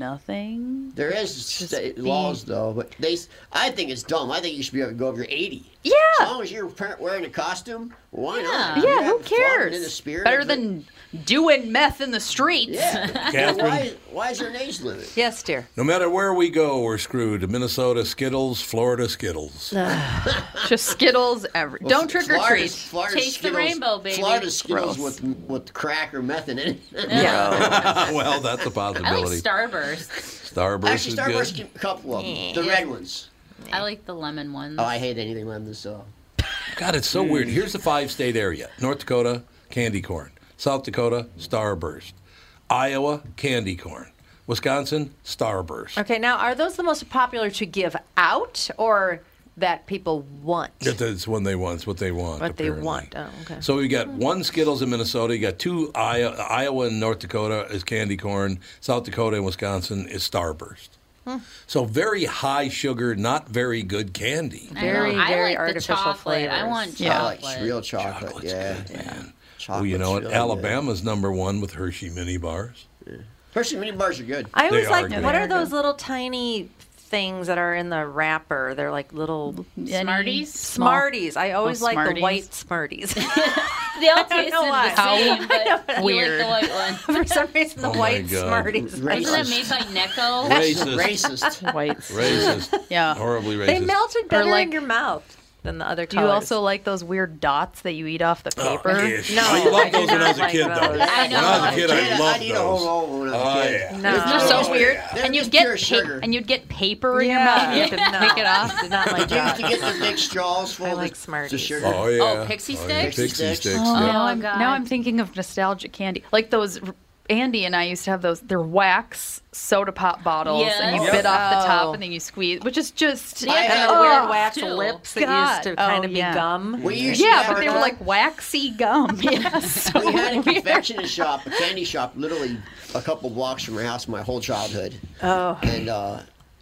Speaker 3: "Nothing."
Speaker 2: There is state laws though, but they. s- I think it's dumb. I think you should be able to go over your 80.
Speaker 3: Yeah.
Speaker 2: As long as you're par- wearing a costume, why not?
Speaker 3: Yeah,
Speaker 2: You're
Speaker 3: who
Speaker 2: having fun and
Speaker 3: cares?
Speaker 2: In the spirit
Speaker 3: Better
Speaker 2: of it.
Speaker 3: than doing meth in the streets.
Speaker 2: Yeah.
Speaker 1: Catherine.
Speaker 2: why, why is there an age limit?
Speaker 4: Yes, dear.
Speaker 1: No matter where we go, we're screwed. Minnesota Skittles, Florida Skittles.
Speaker 3: Just Skittles ever.
Speaker 2: Well,
Speaker 3: Don't trick
Speaker 2: F-
Speaker 3: or treat.
Speaker 2: Florida's- Florida's
Speaker 11: Taste the
Speaker 2: Skittles-
Speaker 11: rainbow, baby.
Speaker 2: Florida Skittles
Speaker 11: Gross.
Speaker 2: with with crack or meth in it.
Speaker 1: well, that's a
Speaker 11: I like
Speaker 1: possibility.
Speaker 11: Starburst.
Speaker 1: Starburst
Speaker 2: Actually,
Speaker 1: is good.
Speaker 2: Starburst, keep a couple of them. The
Speaker 11: Yeah.
Speaker 2: red ones.
Speaker 11: I like the lemon ones.
Speaker 2: Oh, I hate anything lemon, so.
Speaker 1: God, it's so weird. Here's the five state area North Dakota, candy corn. South Dakota, starburst. Iowa, candy corn. Wisconsin, starburst.
Speaker 4: Okay, now are those the most popular to give out or that people want?
Speaker 1: That's what they want. It's what they want.
Speaker 4: What they
Speaker 1: apparently.
Speaker 4: want. Oh, okay.
Speaker 1: So we got one Skittles in Minnesota. You got two I- Iowa and North Dakota is candy corn. South Dakota and Wisconsin is starburst.
Speaker 11: Hmm.
Speaker 1: So very high sugar, not very good candy.
Speaker 11: I know.
Speaker 4: Very,
Speaker 11: I
Speaker 4: very
Speaker 11: like
Speaker 4: artificial
Speaker 11: the chocolate. I
Speaker 4: flavors.
Speaker 11: want
Speaker 2: Yeah.
Speaker 11: chocolate.
Speaker 2: Like real chocolate, yeah.
Speaker 1: man. Well, you know
Speaker 2: Chocolate's
Speaker 1: what?
Speaker 2: really
Speaker 1: Alabama's number one with Hershey mini bars.
Speaker 2: Hershey mini bars are good.
Speaker 4: I always
Speaker 1: They
Speaker 4: like,
Speaker 1: are good.
Speaker 4: what are
Speaker 1: They are
Speaker 4: those little tiny things that are in the wrapper? They're like little
Speaker 11: Smarties?
Speaker 4: Smarties. I always
Speaker 11: Little
Speaker 4: like the
Speaker 11: Smarties.
Speaker 4: white Smarties.
Speaker 11: They all
Speaker 4: don't
Speaker 11: taste
Speaker 4: know why.
Speaker 11: the same, but you
Speaker 4: Weird.
Speaker 11: like the white one.
Speaker 4: For some reason, the
Speaker 1: Oh my
Speaker 4: white
Speaker 1: God.
Speaker 4: Smarties. I
Speaker 11: Isn't
Speaker 4: like-
Speaker 11: that made by Necco?
Speaker 1: Racist.
Speaker 2: Racist.
Speaker 3: White.
Speaker 1: Racist.
Speaker 3: Yeah.
Speaker 1: Horribly racist.
Speaker 4: They melted
Speaker 3: Or
Speaker 4: better in
Speaker 3: like-
Speaker 4: your mouth than the other
Speaker 3: Do you
Speaker 4: colors.
Speaker 3: also like those weird dots that you eat off the
Speaker 1: Oh,
Speaker 3: paper?
Speaker 1: ish. I loved those when I was a
Speaker 4: like
Speaker 1: kid,
Speaker 4: those.
Speaker 1: though.
Speaker 11: I
Speaker 1: When I was
Speaker 11: know.
Speaker 1: a kid, I
Speaker 2: Kid,
Speaker 1: loved
Speaker 2: I'd
Speaker 1: those.
Speaker 2: eat a whole roll when I was a
Speaker 1: oh,
Speaker 2: kid.
Speaker 1: Yeah.
Speaker 4: No.
Speaker 2: It's
Speaker 3: They're so
Speaker 2: Oh,
Speaker 3: weird.
Speaker 2: yeah. They're
Speaker 3: And you
Speaker 2: just
Speaker 3: get
Speaker 2: pure sugar.
Speaker 3: pa- and you'd get paper in
Speaker 4: Yeah.
Speaker 3: your mouth. You have to
Speaker 4: No.
Speaker 3: pick it off.
Speaker 4: Did not like
Speaker 2: Did you used to
Speaker 4: that.
Speaker 2: get the big straws full
Speaker 4: I
Speaker 2: of
Speaker 4: like
Speaker 2: the- the
Speaker 4: Smarties.
Speaker 2: sugar?
Speaker 1: Oh, yeah.
Speaker 11: Oh, pixie
Speaker 1: yeah,
Speaker 11: sticks?
Speaker 1: Pixie
Speaker 2: Pixie
Speaker 1: sticks.
Speaker 2: sticks.
Speaker 1: yeah.
Speaker 11: Oh,
Speaker 3: now I'm
Speaker 11: God.
Speaker 3: now I'm thinking of nostalgic candy, like those. Andy and I used to have those. They're wax soda pop bottles, and you
Speaker 11: Yes.
Speaker 3: bit off the
Speaker 4: Oh.
Speaker 3: top, and then you squeeze, which is just
Speaker 4: Yeah, and the
Speaker 3: oh,
Speaker 4: weird wax
Speaker 11: too.
Speaker 4: lips
Speaker 3: God.
Speaker 4: that used to kind
Speaker 3: Oh,
Speaker 4: of be
Speaker 3: yeah.
Speaker 4: gum.
Speaker 2: We used to
Speaker 3: yeah,
Speaker 2: have
Speaker 3: but they
Speaker 2: a-
Speaker 3: were like waxy gum. Yes, so
Speaker 2: We had a
Speaker 3: weird.
Speaker 2: confectioner's shop, a candy shop, literally a couple blocks from our house my whole childhood.
Speaker 4: Oh.
Speaker 2: And uh,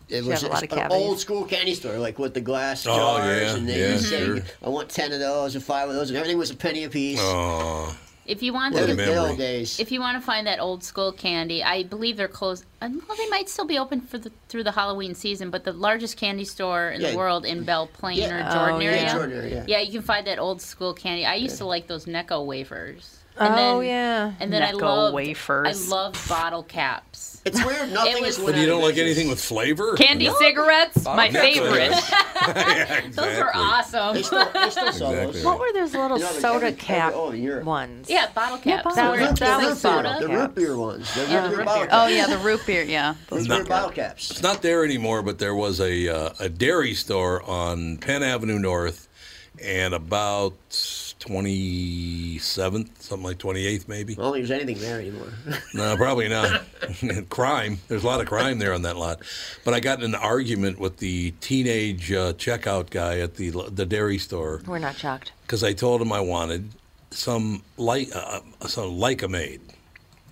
Speaker 2: it was
Speaker 4: have a lot
Speaker 2: just
Speaker 4: of
Speaker 2: an
Speaker 4: cavities?
Speaker 2: old school candy store, like with the glass
Speaker 1: Oh,
Speaker 2: jars,
Speaker 1: yeah,
Speaker 2: and they
Speaker 1: yeah,
Speaker 2: would say,
Speaker 1: sure.
Speaker 2: "I want ten of those and five of those," and everything was a penny a piece.
Speaker 1: Oh.
Speaker 11: If you want
Speaker 2: Those
Speaker 1: What a
Speaker 2: are
Speaker 11: to,
Speaker 2: good
Speaker 1: memory.
Speaker 2: old days.
Speaker 11: if you want to find that old school candy, I believe they're closed. uh, Well, they might still be open for the through the Halloween season. But the largest candy store in
Speaker 2: Yeah.
Speaker 11: the world in Belle Plaine
Speaker 2: Yeah.
Speaker 11: or Jordan
Speaker 4: Oh,
Speaker 11: area,
Speaker 4: yeah.
Speaker 2: Jordan area, yeah.
Speaker 11: you can find that old school candy. I used to like those Necco wafers.
Speaker 4: Oh, yeah.
Speaker 11: and then I
Speaker 3: Necco
Speaker 11: loved
Speaker 3: wafers.
Speaker 11: I loved bottle caps.
Speaker 2: it's weird. Nothing
Speaker 11: was-
Speaker 2: is
Speaker 11: But
Speaker 1: But
Speaker 2: without
Speaker 1: you don't like
Speaker 2: original.
Speaker 1: anything with flavor?
Speaker 3: Candy cigarettes, my
Speaker 1: Exactly.
Speaker 3: favorite.
Speaker 1: Yeah,
Speaker 11: Those were
Speaker 1: exactly.
Speaker 11: awesome.
Speaker 2: They still, they still sell
Speaker 1: Exactly.
Speaker 2: those.
Speaker 4: What were those little
Speaker 2: You know, they-
Speaker 4: soda
Speaker 2: every-
Speaker 4: cap
Speaker 2: every- oh, in Europe.
Speaker 4: ones?
Speaker 11: yeah, bottle
Speaker 3: Yeah,
Speaker 11: caps.
Speaker 3: bottle
Speaker 2: The
Speaker 11: Those
Speaker 2: root,
Speaker 11: were-
Speaker 4: caps.
Speaker 2: the
Speaker 11: those
Speaker 2: root
Speaker 11: were
Speaker 2: beer,
Speaker 11: soda.
Speaker 2: the root beer ones. The root
Speaker 3: Yeah, the
Speaker 2: beer
Speaker 3: root
Speaker 2: bottle
Speaker 3: beer.
Speaker 2: caps.
Speaker 3: Oh yeah, the root beer. Yeah.
Speaker 2: Those
Speaker 1: No.
Speaker 2: beer bottle caps.
Speaker 1: It's not there anymore, but there was a uh, a dairy store on Penn Avenue North, and about twenty seventh, something like twenty eighth, maybe.
Speaker 2: I don't think there's anything there anymore.
Speaker 1: No, probably not. crime. There's a lot of crime there on that lot. But I got in an argument with the teenage uh, checkout guy at the the dairy store
Speaker 4: We're not shocked.
Speaker 1: because I told him I wanted some like uh, some Lycamade,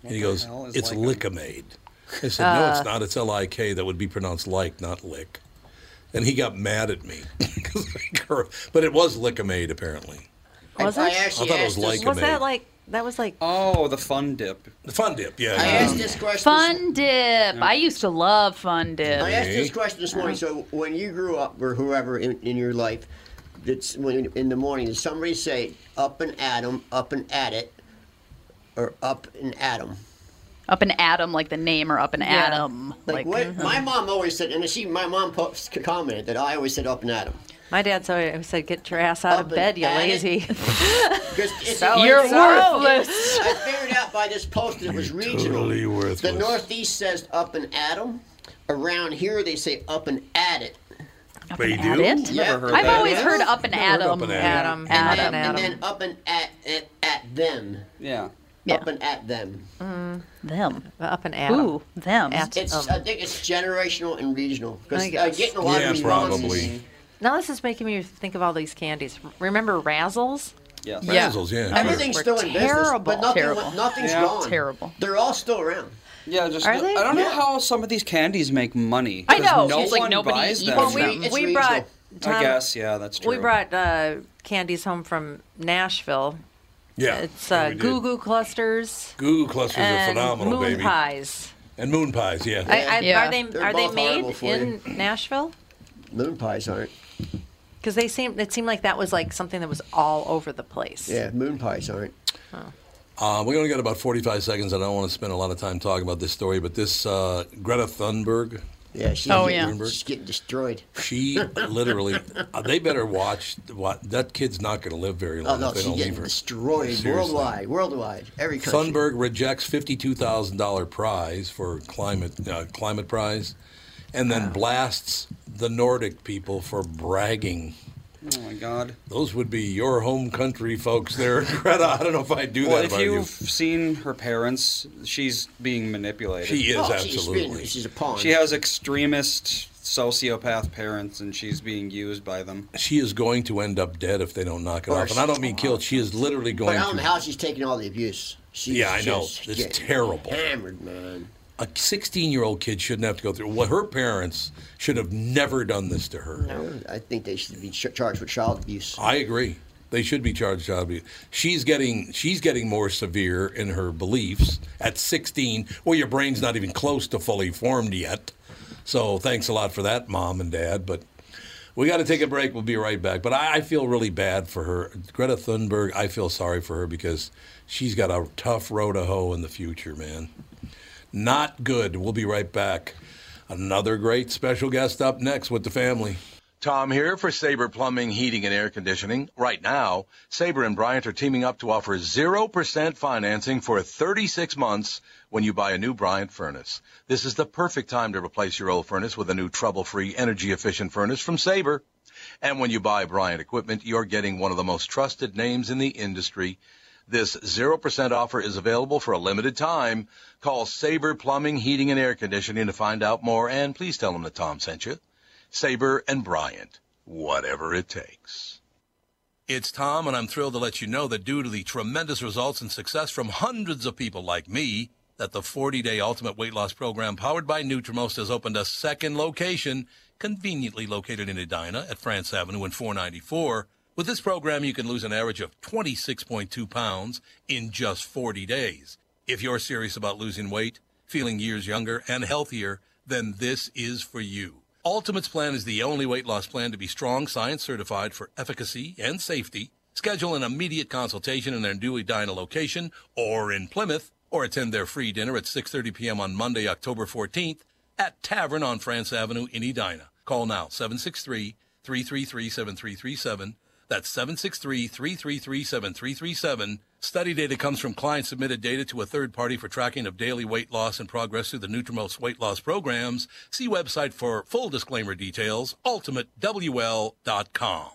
Speaker 1: and he goes,
Speaker 8: hell is
Speaker 1: "It's
Speaker 8: Lycamade?"
Speaker 1: Lycamade." I said, "No,
Speaker 4: Uh.
Speaker 1: it's not. It's L I K. That would be pronounced like, not lick." And he got mad at me, 'Cause I cor- but it was Lycamade apparently.
Speaker 4: Was
Speaker 2: I, I
Speaker 4: it?
Speaker 1: I
Speaker 2: actually
Speaker 1: thought it was
Speaker 2: asked this,
Speaker 1: like-
Speaker 4: Was that
Speaker 1: Command.
Speaker 4: like that was like
Speaker 8: Oh, the fun dip.
Speaker 1: The fun dip, yeah.
Speaker 2: I asked this question.
Speaker 3: Fun dip. I used to love fun dip.
Speaker 2: I asked this
Speaker 1: Mhm.
Speaker 2: question this morning. So when you grew up, or whoever in, in your life, that's when in the morning, did somebody say "up and at 'em, up and at it," or "up and at 'em"?
Speaker 3: Up an atom, like the name, or up an
Speaker 4: Yeah.
Speaker 3: atom.
Speaker 2: Like, mm-hmm. what?
Speaker 3: mm-hmm.
Speaker 2: My mom always said, and she, my mom po- commented that I always said "up and at 'em."
Speaker 4: my dad so said get your ass out
Speaker 2: Up
Speaker 4: of
Speaker 2: and
Speaker 4: bed, you
Speaker 2: at it.
Speaker 4: lazy.
Speaker 2: 'Cause it's-
Speaker 4: So
Speaker 3: You're
Speaker 4: it's so-
Speaker 3: worthless.
Speaker 2: I figured out by this post it was regional.
Speaker 1: Totally
Speaker 2: The
Speaker 1: worthless.
Speaker 2: Northeast says "up and at 'em." Around here, they say "up and at it."
Speaker 1: They
Speaker 3: At
Speaker 1: do?
Speaker 3: it?
Speaker 2: Never heard
Speaker 3: I've
Speaker 2: that.
Speaker 3: always
Speaker 2: Yeah.
Speaker 3: heard up an
Speaker 1: Never heard
Speaker 3: atom.
Speaker 1: up an
Speaker 4: Adam,
Speaker 1: atom.
Speaker 2: And
Speaker 4: Adam,
Speaker 2: then, and
Speaker 4: Adam.
Speaker 2: then up and at at, at them.
Speaker 8: Yeah.
Speaker 3: Yeah.
Speaker 2: Up and at them.
Speaker 3: Them.
Speaker 4: Mm. Up and Adam.
Speaker 3: Ooh, them.
Speaker 4: At-
Speaker 2: It's
Speaker 4: Um,
Speaker 2: I think it's generational and regional because
Speaker 4: I
Speaker 2: uh,
Speaker 4: guess.
Speaker 2: getting a lot
Speaker 1: Yeah,
Speaker 2: of responses.
Speaker 1: probably.
Speaker 4: Now this is making me think of all these candies. Remember Razzles?
Speaker 8: Yes.
Speaker 1: Razzles, yeah, sure.
Speaker 2: Everything's
Speaker 3: We're
Speaker 2: still in business,
Speaker 3: terrible.
Speaker 2: but nothing,
Speaker 3: Terrible.
Speaker 2: nothing's
Speaker 3: Yeah.
Speaker 2: gone.
Speaker 3: Terrible.
Speaker 2: They're all still around.
Speaker 8: Yeah, just
Speaker 2: Are they?
Speaker 8: I don't know
Speaker 2: Yeah.
Speaker 8: how some of these candies make money.
Speaker 2: I
Speaker 8: 'cause
Speaker 2: know.
Speaker 8: No
Speaker 2: It's
Speaker 8: one
Speaker 2: like nobody
Speaker 8: buys
Speaker 2: eats
Speaker 8: them.
Speaker 2: Well,
Speaker 4: we-
Speaker 2: them. It's
Speaker 4: we
Speaker 2: regional.
Speaker 4: brought
Speaker 8: I
Speaker 4: Tom-
Speaker 8: guess yeah, that's true.
Speaker 4: We brought uh, candies home from Nashville.
Speaker 1: Yeah,
Speaker 4: It's uh,
Speaker 1: we did.
Speaker 4: Goo Goo Clusters.
Speaker 1: Goo Goo clusters are
Speaker 4: and
Speaker 1: phenomenal,
Speaker 4: moon
Speaker 1: baby.
Speaker 4: pies.
Speaker 1: And moon pies, yeah.
Speaker 4: I, I, Are they
Speaker 2: They're
Speaker 4: are they
Speaker 2: both horrible
Speaker 4: made
Speaker 2: for
Speaker 4: in Nashville?
Speaker 2: Moon pies aren't.
Speaker 4: Because they seem it seemed like that was like something that was all over the place.
Speaker 2: Yeah, moon pies aren't.
Speaker 1: Uh, we only got about 45 seconds, and I don't want to spend a lot of time talking about this story, but this uh, Greta Thunberg.
Speaker 2: Oh, Yeah, she's,
Speaker 3: Oh,
Speaker 1: Greta
Speaker 2: getting,
Speaker 1: Thunberg,
Speaker 2: she's getting destroyed.
Speaker 1: She literally, uh, they better watch. What, that kid's not going to live very long
Speaker 2: Oh, no,
Speaker 1: if they
Speaker 2: she's
Speaker 1: don't
Speaker 2: getting
Speaker 1: leave her.
Speaker 2: destroyed
Speaker 1: Seriously.
Speaker 2: worldwide. Worldwide. Every country.
Speaker 1: Thunberg rejects fifty-two thousand dollar prize for climate uh, climate prize, and then blasts the Nordic people for bragging.
Speaker 8: Oh my God.
Speaker 1: Those would be your home country folks, there, Greta. I don't know if I'd do
Speaker 8: well,
Speaker 1: that
Speaker 8: if
Speaker 1: about you.
Speaker 8: you've seen her parents, she's being manipulated.
Speaker 1: She is, Oh, she's being- absolutely. she's a pawn.
Speaker 8: She has extremist sociopath parents, and she's being used by them.
Speaker 1: She is going to end up dead if they don't knock it
Speaker 8: Or
Speaker 1: off, and I don't mean killed. She is literally
Speaker 2: Oh, But
Speaker 1: going
Speaker 2: I don't know
Speaker 1: to.
Speaker 2: how she's taking all the abuse. She's
Speaker 1: Yeah, I know.
Speaker 2: just
Speaker 1: It's
Speaker 2: getting
Speaker 1: terrible.
Speaker 2: Hammered, man.
Speaker 1: A sixteen-year-old kid shouldn't have to go through. Well, her parents should have never done this to her.
Speaker 2: I think they should be ch- charged with child abuse.
Speaker 1: I agree. They should be charged child abuse. She's getting she's getting more severe in her beliefs at 16. Well, your brain's not even close to fully formed yet. So thanks a lot for that, mom and dad. But we got to take a break. We'll be right back. But I, I feel really bad for her, Greta Thunberg. I feel sorry for her because she's got a tough road to hoe in the future, man. Not good. We'll be right back. Another great special guest up next with the family.
Speaker 9: Tom here for Sabre Plumbing, Heating, and Air Conditioning. Right now, Sabre and Bryant are teaming up to offer 0% financing for 36 months when you buy a new Bryant furnace. This is the perfect time to replace your old furnace with a new trouble free, energy efficient furnace from Sabre. And when you buy Bryant equipment, you're getting one of the most trusted names in the industry. This 0% offer is available for a limited time. Call Sabre Plumbing, Heating, and Air Conditioning to find out more, and please tell them that Tom sent you. Saber and Bryant, whatever it takes. It's Tom, and I'm thrilled to let you know that due to the tremendous results and success from hundreds of people like me, that the 40-day Ultimate Weight Loss Program powered by Nutrimost has opened a second location, conveniently located in Edina at France Avenue and 494. With this program, you can lose an average of 26.2 pounds in just 40 days. If you're serious about losing weight, feeling years younger and healthier, then this is for you. Ultimate's plan is the only weight loss plan to be strong science certified for efficacy and safety. Schedule an immediate consultation in their new Edina location or in Plymouth or attend their free dinner at 6:30 p.m. on Monday, October 14th at Tavern on France Avenue in Edina. Call now 763-333-7337. That's 763-333-7337. Study data comes from client submitted data to a third party for tracking of daily weight loss and progress through the Nutrimost weight loss programs. See website for full disclaimer details, ultimatewl.com.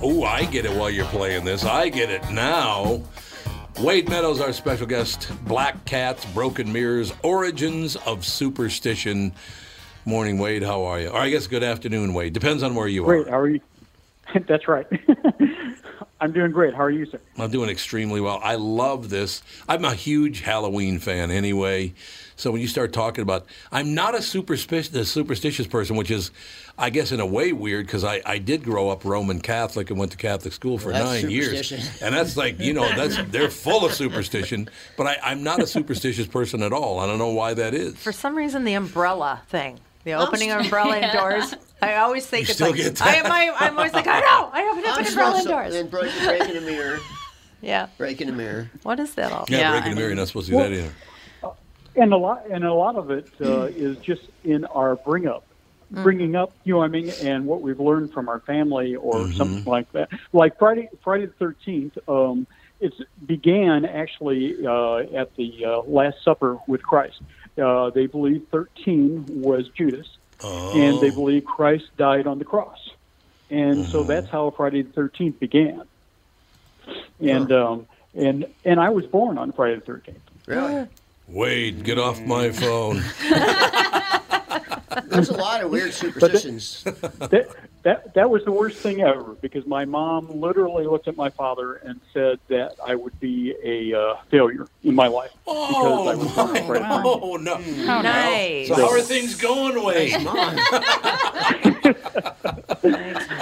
Speaker 9: Oh, I get it while you're playing this. I get it now. Wade Meadows, our special guest, Black Cats, Broken Mirrors, Origins of Superstition. Morning, Wade. How are you? Or I guess good afternoon, Wade. Depends on where you are.
Speaker 12: Great. How are you? That's right. I'm doing great. How are you, sir?
Speaker 1: I'm doing extremely well. I love this. I'm a huge Halloween fan anyway. So when you start talking about, I'm not a superstitious, a superstitious person, which is, I guess, in a way weird because I, I did grow up Roman Catholic and went to Catholic school for
Speaker 9: Well, that's
Speaker 1: nine years.
Speaker 9: superstition.
Speaker 1: And that's like, you know, that's they're full of superstition. But I, I'm not a superstitious person at all. I don't know why that is.
Speaker 4: For some reason, the umbrella thing, the
Speaker 3: Oh,
Speaker 4: opening
Speaker 3: yeah.
Speaker 4: umbrella indoors. I always think
Speaker 1: You
Speaker 4: it's
Speaker 1: still
Speaker 4: like
Speaker 1: get
Speaker 4: I
Speaker 1: that?
Speaker 4: am. I, I'm always like, oh no, I opened up an
Speaker 2: I'm sure
Speaker 4: umbrella
Speaker 2: some-
Speaker 4: indoors.
Speaker 2: And breaking, breaking a mirror.
Speaker 4: Yeah.
Speaker 2: Breaking a mirror.
Speaker 4: What is that all?
Speaker 1: Yeah, breaking the mirror, you're not supposed to do
Speaker 12: Well- uh,
Speaker 1: that either.
Speaker 12: And a lot, and a lot of it uh, is just in our bring up,
Speaker 4: Mm.
Speaker 12: bringing up, you know, what I mean, and what we've learned from our family or
Speaker 1: Mm-hmm.
Speaker 12: something like that. Like Friday, Friday the Thirteenth. Um, it began actually uh, at the uh, Last Supper with Christ. Uh, they believed thirteen was Judas,
Speaker 1: Oh.
Speaker 12: and they believe Christ died on the cross, and so that's how Friday the Thirteenth began. And um, and and I was born on Friday the Thirteenth.
Speaker 2: Really?
Speaker 1: Wade, get off my phone.
Speaker 2: There's a lot of weird superstitions.
Speaker 12: that, that that was the worst thing ever because my mom literally looked at my father and said that I would be a uh, failure in my life because I was
Speaker 1: my. Oh, no.
Speaker 12: no. Nice.
Speaker 1: So, how are things going, Wade?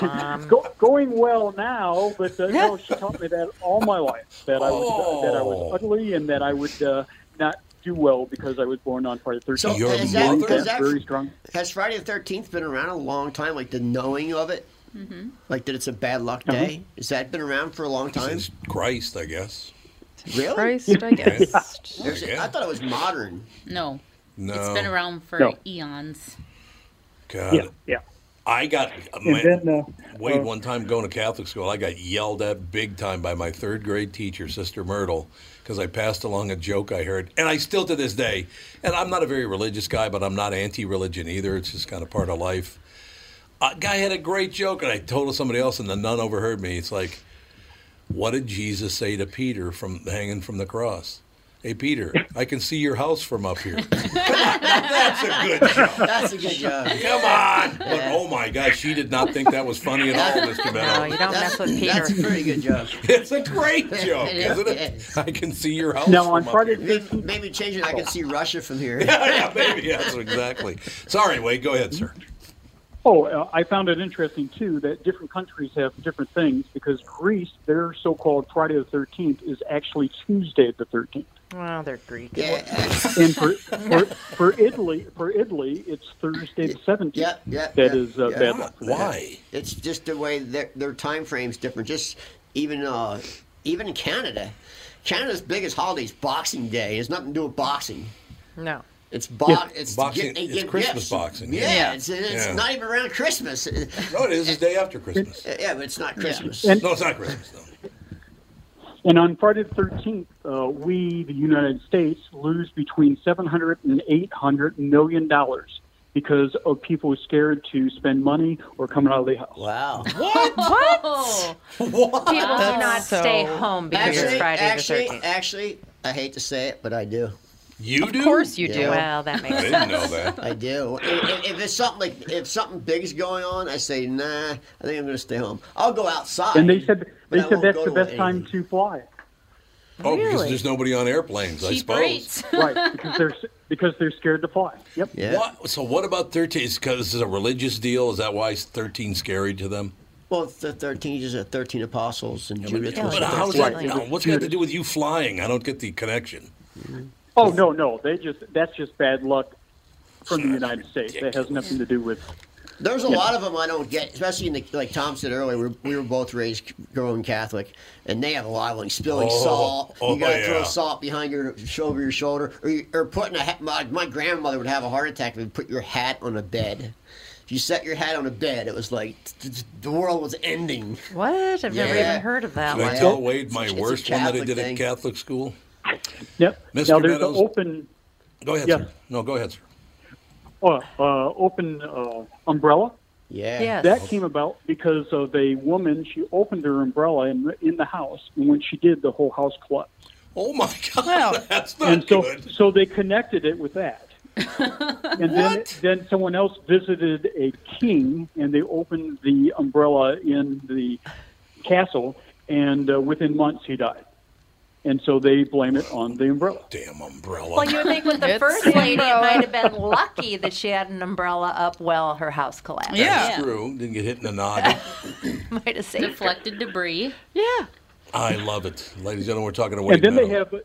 Speaker 1: Um,
Speaker 12: Go, going well now, but uh, no, she taught me that all my life that I was that I
Speaker 1: Oh.
Speaker 12: was ugly and that I would uh, not do well because I was born on Friday the 13th.
Speaker 2: So
Speaker 12: I
Speaker 2: is that,
Speaker 12: believe that
Speaker 2: is that-
Speaker 12: very strong.
Speaker 2: Has Friday the Thirteenth been around a long time? Like the knowing of it,
Speaker 3: Mm-hmm.
Speaker 2: like that it's a bad luck
Speaker 1: Uh-huh.
Speaker 2: day. Has that been around for a long time?
Speaker 1: Since Christ, I guess.
Speaker 2: Really?
Speaker 3: Christ, I guess.
Speaker 2: There's- I thought it was modern.
Speaker 11: No.
Speaker 1: No.
Speaker 11: It's been around for
Speaker 1: No.
Speaker 11: eons.
Speaker 1: God.
Speaker 12: Yeah, yeah.
Speaker 1: I got
Speaker 12: And
Speaker 1: my,
Speaker 12: then, uh,
Speaker 1: Wade
Speaker 12: uh,
Speaker 1: one time going to Catholic school. I got yelled at big time by my third grade teacher, Sister Myrtle, because I passed along a joke I heard, and I still to this day. And I'm not a very religious guy, but I'm not anti-religion either. It's just kind of part of life. A guy had a great joke, and I told it to somebody else, and the nun overheard me. It's like, what did Jesus say to Peter from hanging from the cross? Hey Peter, I can see your house from up here. That's a good job.
Speaker 2: That's a good job.
Speaker 1: Come on. But oh my gosh, she did not think that was funny at all, Mr. Bennett.
Speaker 3: No, you don't mess with Peter.
Speaker 2: That's a pretty good job.
Speaker 1: It's a great joke,
Speaker 2: It is,
Speaker 1: isn't it? I can see your house.
Speaker 2: No,
Speaker 1: from
Speaker 2: on
Speaker 1: up
Speaker 2: Friday
Speaker 1: here.
Speaker 2: Maybe, maybe change it. I can see Russia from here.
Speaker 1: yeah, maybe. Yes, exactly. Sorry, Wade. Go ahead, sir.
Speaker 12: Oh, uh, I found it interesting too that different countries have different things because Greece, their so-called Friday the Thirteenth, is actually Tuesday the Thirteenth,
Speaker 3: Well, they're Greek.
Speaker 12: and for, for for Italy, for Italy, it's Thursday the Seventeenth.
Speaker 2: Yeah, yeah.
Speaker 12: That
Speaker 2: yeah,
Speaker 12: is, uh,
Speaker 2: yeah.
Speaker 12: bad luck. Why?
Speaker 2: It's just the way their their time frame's different. Just even uh, even in Canada, Canada's biggest holiday is Boxing Day. It has nothing to do with boxing.
Speaker 3: No.
Speaker 2: It's bo-
Speaker 3: Yeah.
Speaker 2: it's
Speaker 1: Boxing-
Speaker 2: Get, they
Speaker 1: it's
Speaker 2: give
Speaker 1: Christmas
Speaker 2: gifts.
Speaker 1: boxing,
Speaker 2: Yeah,
Speaker 1: yeah.
Speaker 2: it's, it's
Speaker 1: Yeah.
Speaker 2: not even around Christmas.
Speaker 1: No, it is. It's day after Christmas.
Speaker 2: Yeah, but it's not Christmas.
Speaker 12: And-
Speaker 1: no, it's not Christmas. though.
Speaker 12: And on Friday the 13th, uh, we, the United States, lose between 700 and 800 million dollars because of people who are scared to spend money or coming out of the house.
Speaker 2: Wow.
Speaker 3: What?
Speaker 11: what?
Speaker 4: People do
Speaker 3: That's
Speaker 4: not
Speaker 3: so-
Speaker 4: stay home because
Speaker 2: actually,
Speaker 4: it's Friday
Speaker 2: actually,
Speaker 4: the 13th.
Speaker 2: Actually, I hate to say it, but I do.
Speaker 1: You do?
Speaker 4: Of course you do. Well, that makes I didn't know sense. that.
Speaker 2: I do. If, if- if it's something like if something big is going on, I say nah. I think I'm going to stay home. I'll go outside.
Speaker 12: And they said
Speaker 2: but
Speaker 12: they
Speaker 2: I
Speaker 12: said
Speaker 2: won't
Speaker 12: that's
Speaker 2: go
Speaker 12: the
Speaker 2: to
Speaker 12: best
Speaker 2: anything.
Speaker 12: time to fly.
Speaker 1: Oh, because
Speaker 12: Really?
Speaker 1: there's nobody on airplanes, I suppose.
Speaker 12: right? Because they're because they're scared to fly. Yep.
Speaker 1: What, so what about 13? Because this is a religious deal. Is that why 13 scary to them?
Speaker 2: Well, it's the thirteen is the thirteen apostles and Judas. was
Speaker 1: But
Speaker 2: the
Speaker 1: how's
Speaker 2: 13th.
Speaker 1: that? no, what's it got to do with you flying? I don't get the connection.
Speaker 12: Oh no, no, they just that's just bad luck from the United States. That has nothing to do with.
Speaker 2: There's a
Speaker 12: Yeah.
Speaker 2: lot of them I don't get, especially in the like Tom said earlier. We were, we were both raised growing Catholic, and they have a lot of like spilling
Speaker 13: Oh,
Speaker 2: salt.
Speaker 13: oh,
Speaker 2: you gotta throw
Speaker 13: yeah.
Speaker 2: salt behind your sh- over your shoulder, or, you, or putting a hat. My, my grandmother would have a heart attack if you put your hat on a bed. If you set your hat on a bed, it was like t- t- the world was ending.
Speaker 3: What? I've never even heard of that
Speaker 1: Can I
Speaker 2: one.
Speaker 1: tell Wade my
Speaker 2: It's a
Speaker 1: worst one that I
Speaker 2: Catholic
Speaker 1: did
Speaker 2: thing.
Speaker 1: at Catholic school?
Speaker 12: Yep.
Speaker 1: Mr.
Speaker 12: Now there's
Speaker 1: Meadows?
Speaker 12: an open
Speaker 1: Go ahead,
Speaker 12: Yeah.
Speaker 1: sir. No, go ahead, sir.
Speaker 12: uh, uh, open uh, umbrella.
Speaker 2: Yeah.
Speaker 3: Yes.
Speaker 12: That came about because of a woman. She opened her umbrella in, in the house, and when she did, the whole house collapsed.
Speaker 1: Oh my God, that's not
Speaker 12: and so,
Speaker 1: good.
Speaker 12: so they connected it with that. and then, then someone else visited a king, and they opened the umbrella in the castle, and uh, within months he died. And so they blame it on the umbrella.
Speaker 1: Damn umbrella!
Speaker 4: Well, you would think with the
Speaker 12: It's
Speaker 4: first
Speaker 12: the
Speaker 4: lady, it
Speaker 12: umbrella.
Speaker 4: might have been lucky that she had an umbrella up while her house collapsed.
Speaker 1: That's true. Didn't get hit in the nod.
Speaker 4: might have saved her.
Speaker 11: Deflected debris.
Speaker 3: Yeah.
Speaker 1: I love it, ladies and gentlemen. We're talking to Wade.
Speaker 12: And then they
Speaker 1: Meadows.
Speaker 12: have,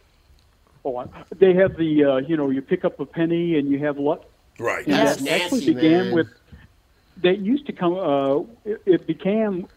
Speaker 12: oh, I- they have the uh, you know you pick up a penny and you have luck.
Speaker 1: Right.
Speaker 12: And
Speaker 1: That's
Speaker 12: that actually
Speaker 1: nasty,
Speaker 12: began
Speaker 1: man.
Speaker 12: with. That used to come. Uh, it, it became.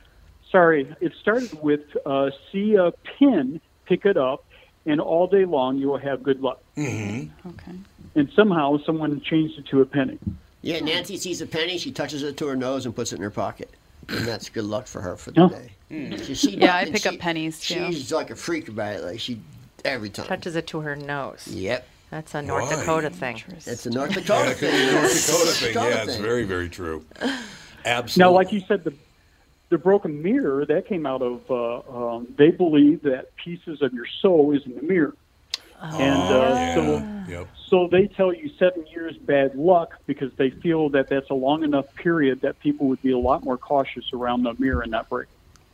Speaker 12: Sorry, it started with uh, see a pin, pick it up, and all day long you will have good luck.
Speaker 1: Mm-hmm.
Speaker 2: Okay.
Speaker 12: And somehow someone changed it to a penny.
Speaker 2: Yeah, Nancy sees a penny, she touches it to her nose and puts it in her pocket, and that's good luck for her for the day.
Speaker 13: Hmm.
Speaker 2: She- she-
Speaker 3: Yeah, I
Speaker 2: and
Speaker 3: pick
Speaker 2: she-
Speaker 3: up pennies, too.
Speaker 2: She's like a freak about it. Like she every time.
Speaker 3: Touches it to her nose.
Speaker 2: Yep.
Speaker 3: That's a North Dakota thing.
Speaker 2: It's a North Dakota
Speaker 1: Yeah, it could
Speaker 2: thing.
Speaker 1: be a North Dakota
Speaker 2: It's a
Speaker 1: thing.
Speaker 2: Dakota
Speaker 1: Yeah, it's
Speaker 2: thing.
Speaker 1: very, very true.
Speaker 12: Now,
Speaker 1: Absolutely.
Speaker 12: like you said, the the broken mirror that came out of uh, um, they believe that pieces of your soul is in the mirror. and uh,
Speaker 10: Oh,
Speaker 12: so so they tell you seven years bad luck because they feel that that's a long enough period that people would be a lot more cautious around the mirror and not break.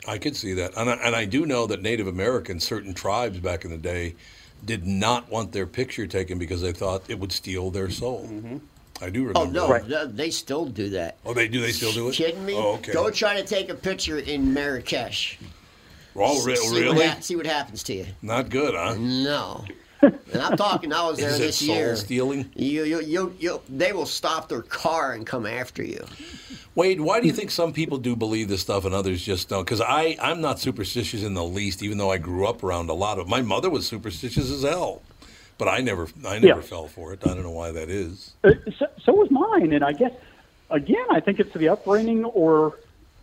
Speaker 1: I could see that, and I, and I do know that Native Americans, certain tribes back in the day, did not want their picture taken because they thought it would steal their soul. I do
Speaker 2: Oh
Speaker 1: remember.
Speaker 2: no,
Speaker 1: that.
Speaker 2: no, they still do that.
Speaker 1: Oh, they do. They still do it.
Speaker 2: Kidding me?
Speaker 1: Oh, okay.
Speaker 2: Go try to take a picture in Marrakesh.
Speaker 1: Oh, re-
Speaker 2: S- see
Speaker 1: really?
Speaker 2: What hap- see what happens to you.
Speaker 1: Not good, huh?
Speaker 2: No. And I'm talking. I was there
Speaker 1: Is it
Speaker 2: this
Speaker 1: soul
Speaker 2: year.
Speaker 1: stealing?
Speaker 2: You, you, you, you, they will stop their car and come after you.
Speaker 1: Wade, why do you think some people do believe this stuff and others just don't? Because I, I'm not superstitious in the least, even though I grew up around a lot of. My mother was superstitious as hell, but I never, I never
Speaker 12: Yeah.
Speaker 1: fell for it. I don't know why that is.
Speaker 12: Uh, so, so was mine, and I guess again, I think it's the upbringing or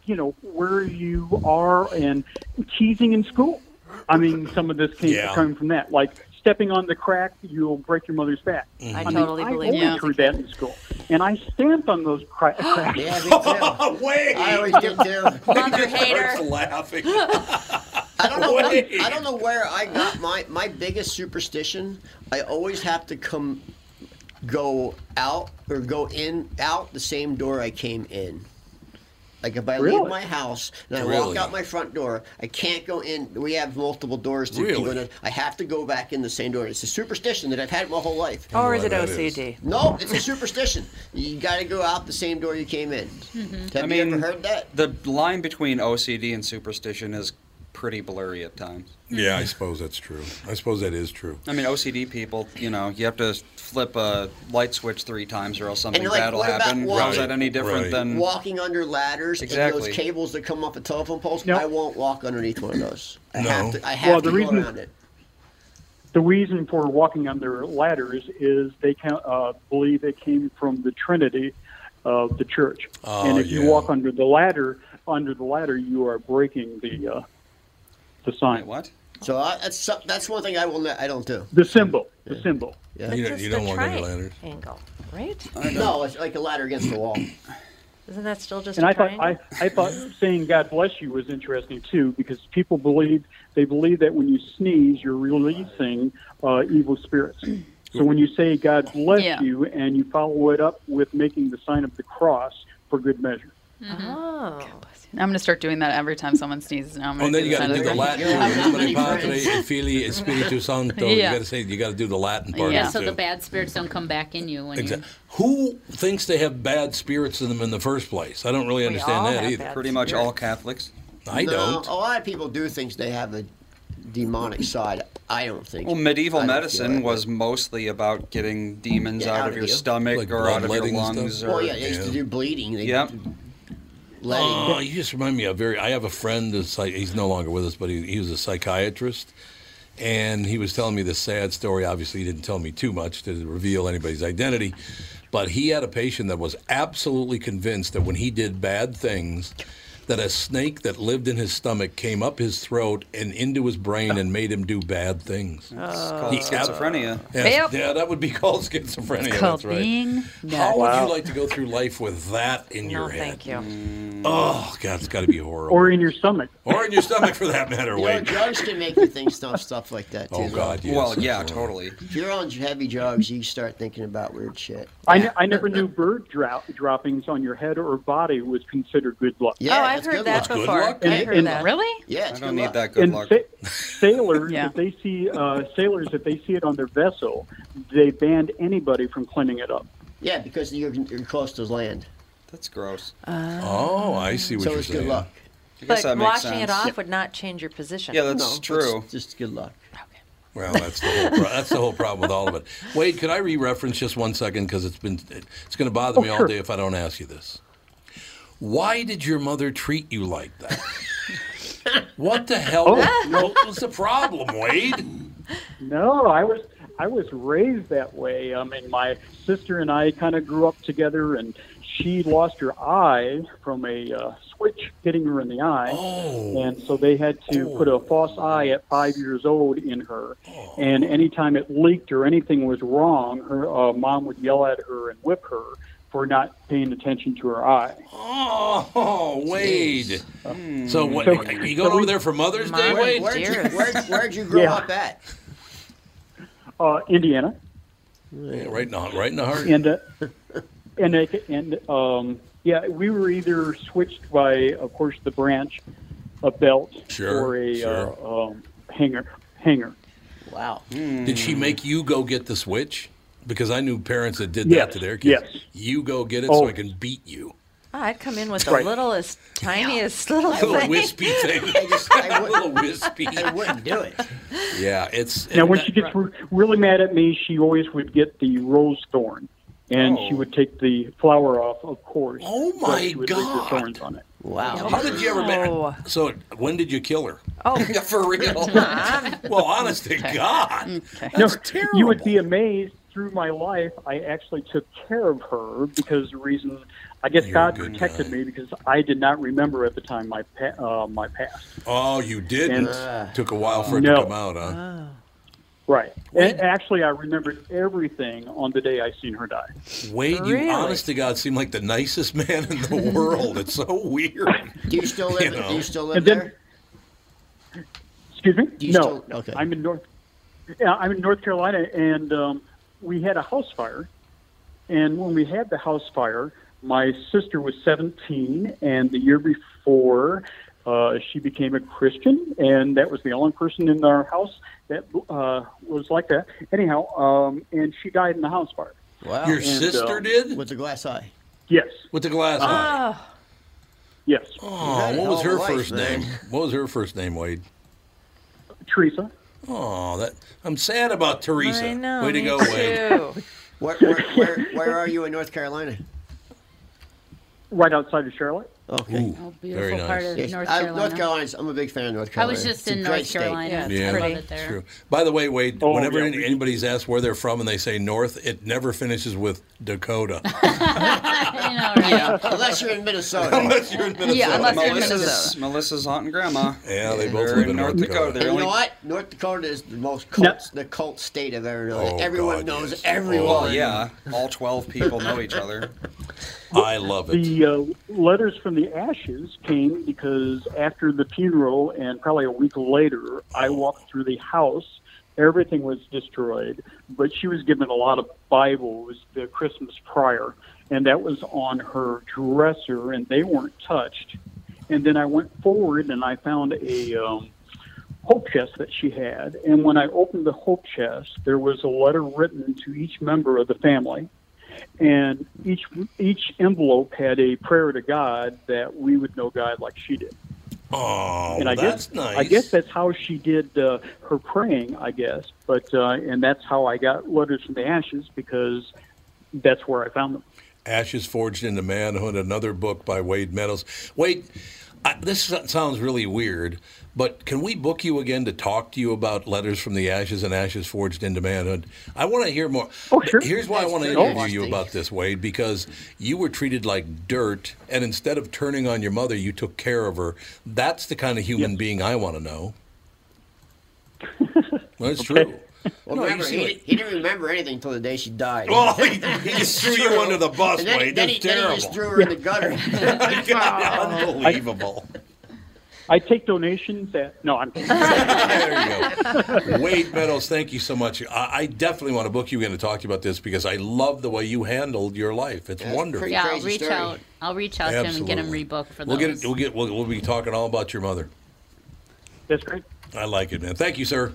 Speaker 12: you know where you are and teasing in school. I mean, some of this came
Speaker 13: Yeah.
Speaker 12: coming from that, like stepping on the crack, you'll break your mother's back.
Speaker 2: Mm-hmm.
Speaker 13: Mhm. I
Speaker 12: mean,
Speaker 13: totally believe
Speaker 12: I
Speaker 13: that.
Speaker 12: always heard that in school, and I stamped on those cra- cracks.
Speaker 2: Yeah, me too.
Speaker 1: Wade!
Speaker 2: I always did too.
Speaker 1: Mother hater. laughing.
Speaker 2: I don't know.
Speaker 1: Wait.
Speaker 2: I don't know where I got my my biggest superstition. I always have to come, go out or go in out the same door I came in. Like if I
Speaker 12: Really?
Speaker 2: leave my house and I
Speaker 12: Really?
Speaker 2: walk out my front door, I can't go in. We have multiple doors to
Speaker 12: Really?
Speaker 2: go in. I have to go back in the same door. It's a superstition that I've had my whole life.
Speaker 14: Or is it OCD?
Speaker 2: No, it's a superstition. You got to go out the same door you came in.
Speaker 14: Mm-hmm.
Speaker 2: Have
Speaker 8: I
Speaker 2: you
Speaker 8: mean-
Speaker 2: ever heard that?
Speaker 8: The line between OCD and superstition is pretty blurry at times.
Speaker 1: Yeah, I suppose that's true. I suppose that is true.
Speaker 8: I mean, OCD people, you know, you have to flip a light switch three times or else something
Speaker 2: And like,
Speaker 8: bad will
Speaker 2: what about
Speaker 8: happen.
Speaker 2: walking-
Speaker 8: How's that any different than
Speaker 2: walking under ladders and
Speaker 8: Exactly.
Speaker 2: those cables that come off a telephone poles? I won't walk underneath one of those. I
Speaker 8: No.
Speaker 2: have to. I
Speaker 12: Well,
Speaker 2: have
Speaker 12: the
Speaker 2: to go
Speaker 12: reason-
Speaker 2: around it.
Speaker 12: The reason for walking under ladders is they can, uh, believe it came from the Trinity of the church,
Speaker 1: Oh,
Speaker 12: and if you
Speaker 1: yeah.
Speaker 12: walk under the ladder, under the ladder, you are breaking the uh, the sign.
Speaker 8: What?
Speaker 2: So I, that's some- that's one thing I will. Not, I don't do.
Speaker 12: The symbol. The symbol.
Speaker 2: Yeah.
Speaker 1: You don't- you don't walk under ladders.
Speaker 14: Angle, right?
Speaker 2: No, it's like a ladder against the wall.
Speaker 14: Isn't that still just
Speaker 12: and
Speaker 14: a
Speaker 12: I thought
Speaker 14: triangle?
Speaker 12: I, I thought saying God bless you was interesting too because people believe they believe that when you sneeze you're releasing uh, evil spirits. So when you say God bless
Speaker 3: Yeah.
Speaker 12: you and you follow it up with making the sign of the cross for good measure.
Speaker 14: uh-huh.
Speaker 3: Oh. I'm going to start doing that every time someone sneezes. Now I'm going
Speaker 1: And Oh, then you got to do the Latin. Domine Patri et Filii et Spiritu Sancto. You
Speaker 11: Yeah.
Speaker 1: got to say you got to do the Latin part.
Speaker 11: yeah,
Speaker 1: of it,
Speaker 11: so
Speaker 1: too.
Speaker 11: the bad spirits don't come back in you when
Speaker 1: Exactly. Who thinks they have bad spirits in them in the first place? I don't really understand that either.
Speaker 8: Pretty much all Catholics.
Speaker 1: I
Speaker 2: No,
Speaker 1: don't.
Speaker 2: A lot of people do think they have a demonic side. I don't think.
Speaker 8: Well, medieval
Speaker 2: I don't feel
Speaker 8: medicine
Speaker 2: like
Speaker 8: was mostly about getting demons
Speaker 2: Yeah,
Speaker 8: out,
Speaker 2: out
Speaker 8: of
Speaker 2: of
Speaker 8: your
Speaker 2: you.
Speaker 8: stomach
Speaker 1: Like
Speaker 8: or out of your
Speaker 1: bloodletting and
Speaker 8: lungs.
Speaker 1: stuff?
Speaker 8: Or,
Speaker 2: Well, yeah, they used to do bleeding. They
Speaker 8: Yep.
Speaker 2: letting.
Speaker 1: Oh, you just remind me of very. I have a friend. Who's, psy- he's no longer with us, but he, he was a psychiatrist, and he was telling me this sad story. Obviously, he didn't tell me too much to reveal anybody's identity, but he had a patient that was absolutely convinced that when he did bad things, that a snake that lived in his stomach came up his throat and into his brain and made him do bad things.
Speaker 8: It's Oh. called
Speaker 1: He ab-
Speaker 8: schizophrenia.
Speaker 1: Yes, yeah, that would be called schizophrenia.
Speaker 8: It's
Speaker 1: that's
Speaker 8: called
Speaker 1: right.
Speaker 8: being
Speaker 1: How
Speaker 8: nuts.
Speaker 1: would
Speaker 8: Wow.
Speaker 1: you like to go through life with that in your head?
Speaker 14: Thank you.
Speaker 1: Oh God, it's got to be horrible.
Speaker 12: Or in your stomach.
Speaker 1: Or in your stomach, for that matter.
Speaker 2: You know,
Speaker 1: Wait.
Speaker 2: drugs can make you think stuff stuff like that too.
Speaker 1: Oh, God, yes.
Speaker 8: Well, yeah, totally.
Speaker 2: If you're on heavy drugs, you start thinking about weird shit.
Speaker 12: I, ne- I never knew bird drop- droppings on your head or body was considered good luck.
Speaker 2: Yeah, Oh, I've that's heard good that luck. That's good before. luck. I've heard that.
Speaker 3: Really?
Speaker 2: Yeah,
Speaker 8: I don't need that good
Speaker 12: and
Speaker 8: luck.
Speaker 12: sa- sailors, if they see uh, sailors, if they see it on their vessel, they banned anybody from cleaning it up.
Speaker 2: Yeah, because you're, you're close to land.
Speaker 8: That's gross.
Speaker 1: Oh, I see what
Speaker 2: so
Speaker 1: you're
Speaker 2: it's
Speaker 1: saying.
Speaker 2: good luck.
Speaker 8: I
Speaker 14: But
Speaker 8: guess that makes
Speaker 14: washing
Speaker 8: sense.
Speaker 14: it off would not change your position.
Speaker 8: Yeah, that's true.
Speaker 2: just good luck.
Speaker 1: Well, that's the whole pro- that's the whole problem with all of it. Wade, could I re-reference just one second because it's been it's going to bother
Speaker 12: Oh,
Speaker 1: me all day if I don't ask you this. Why did your mother treat you like that? what the hell?
Speaker 12: Oh.
Speaker 1: What was the problem, Wade?
Speaker 12: No, I was I was raised that way. I mean, my sister and I kind of grew up together, and she lost her eye from a uh, switch hitting her in the eye,
Speaker 1: Oh.
Speaker 12: and so they had to put a false eye at five years old in her.
Speaker 1: Oh.
Speaker 12: And anytime it leaked or anything was wrong, her uh, mom would yell at her and whip her for not paying attention to her eye.
Speaker 1: Oh, Wade. So what?
Speaker 12: So-
Speaker 1: you going
Speaker 12: so we-
Speaker 1: over there for Mother's Day,
Speaker 2: Where,
Speaker 1: Wade?
Speaker 2: where'd, you, where'd, where'd you grow
Speaker 12: Yeah.
Speaker 2: up at?
Speaker 12: uh, Indiana,
Speaker 1: Yeah, right in the right in the heart.
Speaker 12: and uh, and I, ca- and um, yeah, we were either switched by, of course, the branch, a belt,
Speaker 1: Sure,
Speaker 12: or a uh,
Speaker 1: sure.
Speaker 12: um, hanger. Hanger.
Speaker 1: Wow. Did she make you go get the switch? Because I knew parents that did that
Speaker 12: Yes,
Speaker 1: to their kids. You go get it so I
Speaker 12: Oh.
Speaker 1: can beat you.
Speaker 14: Ah, I'd come in with the
Speaker 1: Right.
Speaker 14: littlest, tiniest little
Speaker 1: Little
Speaker 14: thing.
Speaker 1: wispy thing.
Speaker 2: I just, I
Speaker 1: Little wispy. I
Speaker 2: wouldn't do it.
Speaker 1: Yeah, it's
Speaker 12: Now, when she gets re- really mad at me, she always would get the rose thorn, and she would take the flower off, of course.
Speaker 1: Oh
Speaker 12: but
Speaker 1: my
Speaker 12: she would leave the
Speaker 1: God.
Speaker 12: thorns on it.
Speaker 2: Wow.
Speaker 1: How did you ever
Speaker 12: No.
Speaker 1: make? So when did you kill her?
Speaker 12: Oh,
Speaker 1: for real? well, honest to God, that's terrible.
Speaker 12: You would be amazed. Through my life, I actually took care of her because the reason I guess God protected me because I did not remember at the time my pa- uh, my past.
Speaker 1: Oh, you didn't.
Speaker 12: And-
Speaker 1: Took a while for it to
Speaker 12: No.
Speaker 1: come out, huh?
Speaker 12: Right. And actually, I remembered everything on the day I seen her die.
Speaker 1: Wait,
Speaker 12: Really?
Speaker 1: you honest to God seem like the nicest man in the world. It's so weird.
Speaker 2: Do you still live?
Speaker 1: You know.
Speaker 2: Do you still live
Speaker 12: And then-
Speaker 2: there?
Speaker 12: Excuse me?
Speaker 2: Do you
Speaker 12: no.
Speaker 2: still- okay.
Speaker 12: I'm in North. Yeah, I'm in North Carolina, and um, we had a house fire. And when we had the house fire, my sister was 17, and the year before, uh, she became a Christian, and that was the only person in our house that uh, was like that. Anyhow, um, and she died in the house fire. um,
Speaker 2: Wow.
Speaker 1: Your sister did
Speaker 2: with the glass eye.
Speaker 12: Yes.
Speaker 1: With the glass
Speaker 2: Ah,
Speaker 1: eye.
Speaker 12: Yes.
Speaker 1: Oh, what was her first name? What was her first name, Wade?
Speaker 12: Teresa.
Speaker 1: Oh, that I'm sad about Teresa.
Speaker 2: I know,
Speaker 1: Way to
Speaker 2: me
Speaker 1: go, Wade.
Speaker 2: too. Where, where, where, where are you in North Carolina?
Speaker 12: Right outside of Charlotte.
Speaker 2: Okay.
Speaker 11: Oh, beautiful Very part nice. of North
Speaker 2: I-
Speaker 11: Carolina.
Speaker 2: North Carolina's. I'm a big fan of North
Speaker 11: I
Speaker 2: Carolina.
Speaker 11: was just
Speaker 2: It's a
Speaker 11: in
Speaker 2: great
Speaker 11: North
Speaker 2: state.
Speaker 11: Carolina. I love it there.
Speaker 1: true. By the way, Wade, whenever
Speaker 12: Oh, yeah,
Speaker 1: any- anybody's asked where they're from and they say North, it never finishes with Dakota.
Speaker 2: Yeah, unless you're in Minnesota.
Speaker 1: Unless you're in Minnesota. Yeah, unless you're in
Speaker 8: Melissa's,
Speaker 1: Minnesota.
Speaker 8: Melissa's aunt and grandma.
Speaker 1: Yeah, they both
Speaker 8: They're
Speaker 1: live
Speaker 8: in
Speaker 1: in
Speaker 8: North
Speaker 1: North
Speaker 8: Dakota.
Speaker 1: Dakota.
Speaker 8: They're
Speaker 2: You know
Speaker 8: only-
Speaker 2: what? North Dakota is the most cult, the cult state I've ever known.
Speaker 1: Oh,
Speaker 2: everyone
Speaker 1: God,
Speaker 2: knows
Speaker 1: yes.
Speaker 2: everyone.
Speaker 1: Oh,
Speaker 8: yeah, all 12 people know each other.
Speaker 1: I love
Speaker 12: The uh, letters from the ashes came because after the funeral and probably a week later, I walked through the house. Everything was destroyed, but she was given a lot of Bibles the Christmas prior, and that was on her dresser, and they weren't touched. And then I went forward and I found a um, hope chest that she had. And when I opened the hope chest, there was a letter written to each member of the family and each each envelope had a prayer to God that we would know God like she did.
Speaker 1: Oh,
Speaker 12: and I
Speaker 1: that's
Speaker 12: guess
Speaker 1: nice.
Speaker 12: I guess that's how she did uh, her praying. I guess, but uh, and that's how I got letters from the ashes because that's where I found them.
Speaker 1: Ashes Forged into Manhood, another book by Wade Meadows. Wade, I, this so- sounds really weird, but can we book you again to talk to you about Letters from the Ashes and Ashes Forged into Manhood? I want to hear more. Oh, sure. Here's why I want to
Speaker 12: pretty
Speaker 1: interview you
Speaker 12: interesting.
Speaker 1: about this, Wade, because you were treated like dirt, and instead of turning on your mother, you took care of her. That's the kind of human being I want to know. That's true.
Speaker 2: Well,
Speaker 1: No, you
Speaker 2: remember,
Speaker 1: see
Speaker 2: he,
Speaker 1: what-
Speaker 2: he didn't remember anything until the day she died.
Speaker 1: Well, he- he just threw you under the bus,
Speaker 2: and then,
Speaker 1: Wade.
Speaker 2: Then,
Speaker 1: That's
Speaker 2: he, then he just
Speaker 1: terrible.
Speaker 2: threw her in the gutter.
Speaker 1: Unbelievable.
Speaker 12: I take donations at no, I'm kidding.
Speaker 1: Wade Meadows, thank you so much. I, I definitely want to book you in to talk to you about this because I love the way you handled your life. It's wonderful.
Speaker 11: Yeah, I'll reach out. I'll reach out to him and get him rebooked for
Speaker 1: we'll
Speaker 11: those.
Speaker 1: Get, we'll get. We'll, we'll be talking all about your mother.
Speaker 12: That's great.
Speaker 1: I like it, man. Thank you, sir.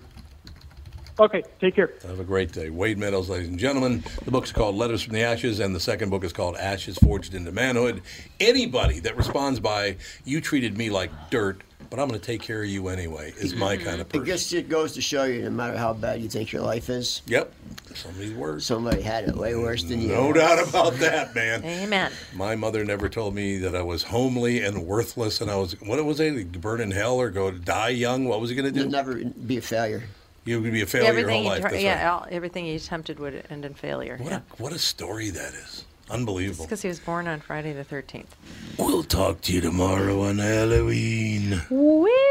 Speaker 12: Okay, take care.
Speaker 1: Have a great day. Wade Meadows, ladies and gentlemen. The book's called Letters from the Ashes, and the second book is called Ashes Forged into Manhood. Anybody that responds by, you treated me like dirt, but I'm going to take care of you anyway, is my
Speaker 11: Mm-hmm.
Speaker 1: kind of
Speaker 2: I
Speaker 1: person.
Speaker 2: guess it goes to show you, no matter how bad you think your life is.
Speaker 1: Yep. Somebody's worse.
Speaker 2: Somebody had it way worse than you.
Speaker 1: No doubt about that, man.
Speaker 14: Amen.
Speaker 1: My mother never told me that I was homely and worthless, and I was what was it? Burn in hell or go die young? What was he going to do?
Speaker 2: never be a failure.
Speaker 1: You would be a failure your whole
Speaker 14: everything
Speaker 1: life.
Speaker 14: you tr-
Speaker 1: that's
Speaker 14: yeah,
Speaker 1: right.
Speaker 14: all, everything he attempted would end in failure.
Speaker 1: What
Speaker 14: yeah.
Speaker 1: a what a story that is. Unbelievable.
Speaker 14: Because he was born on Friday the 13th.
Speaker 1: We'll talk to you tomorrow on Halloween.
Speaker 14: Wee!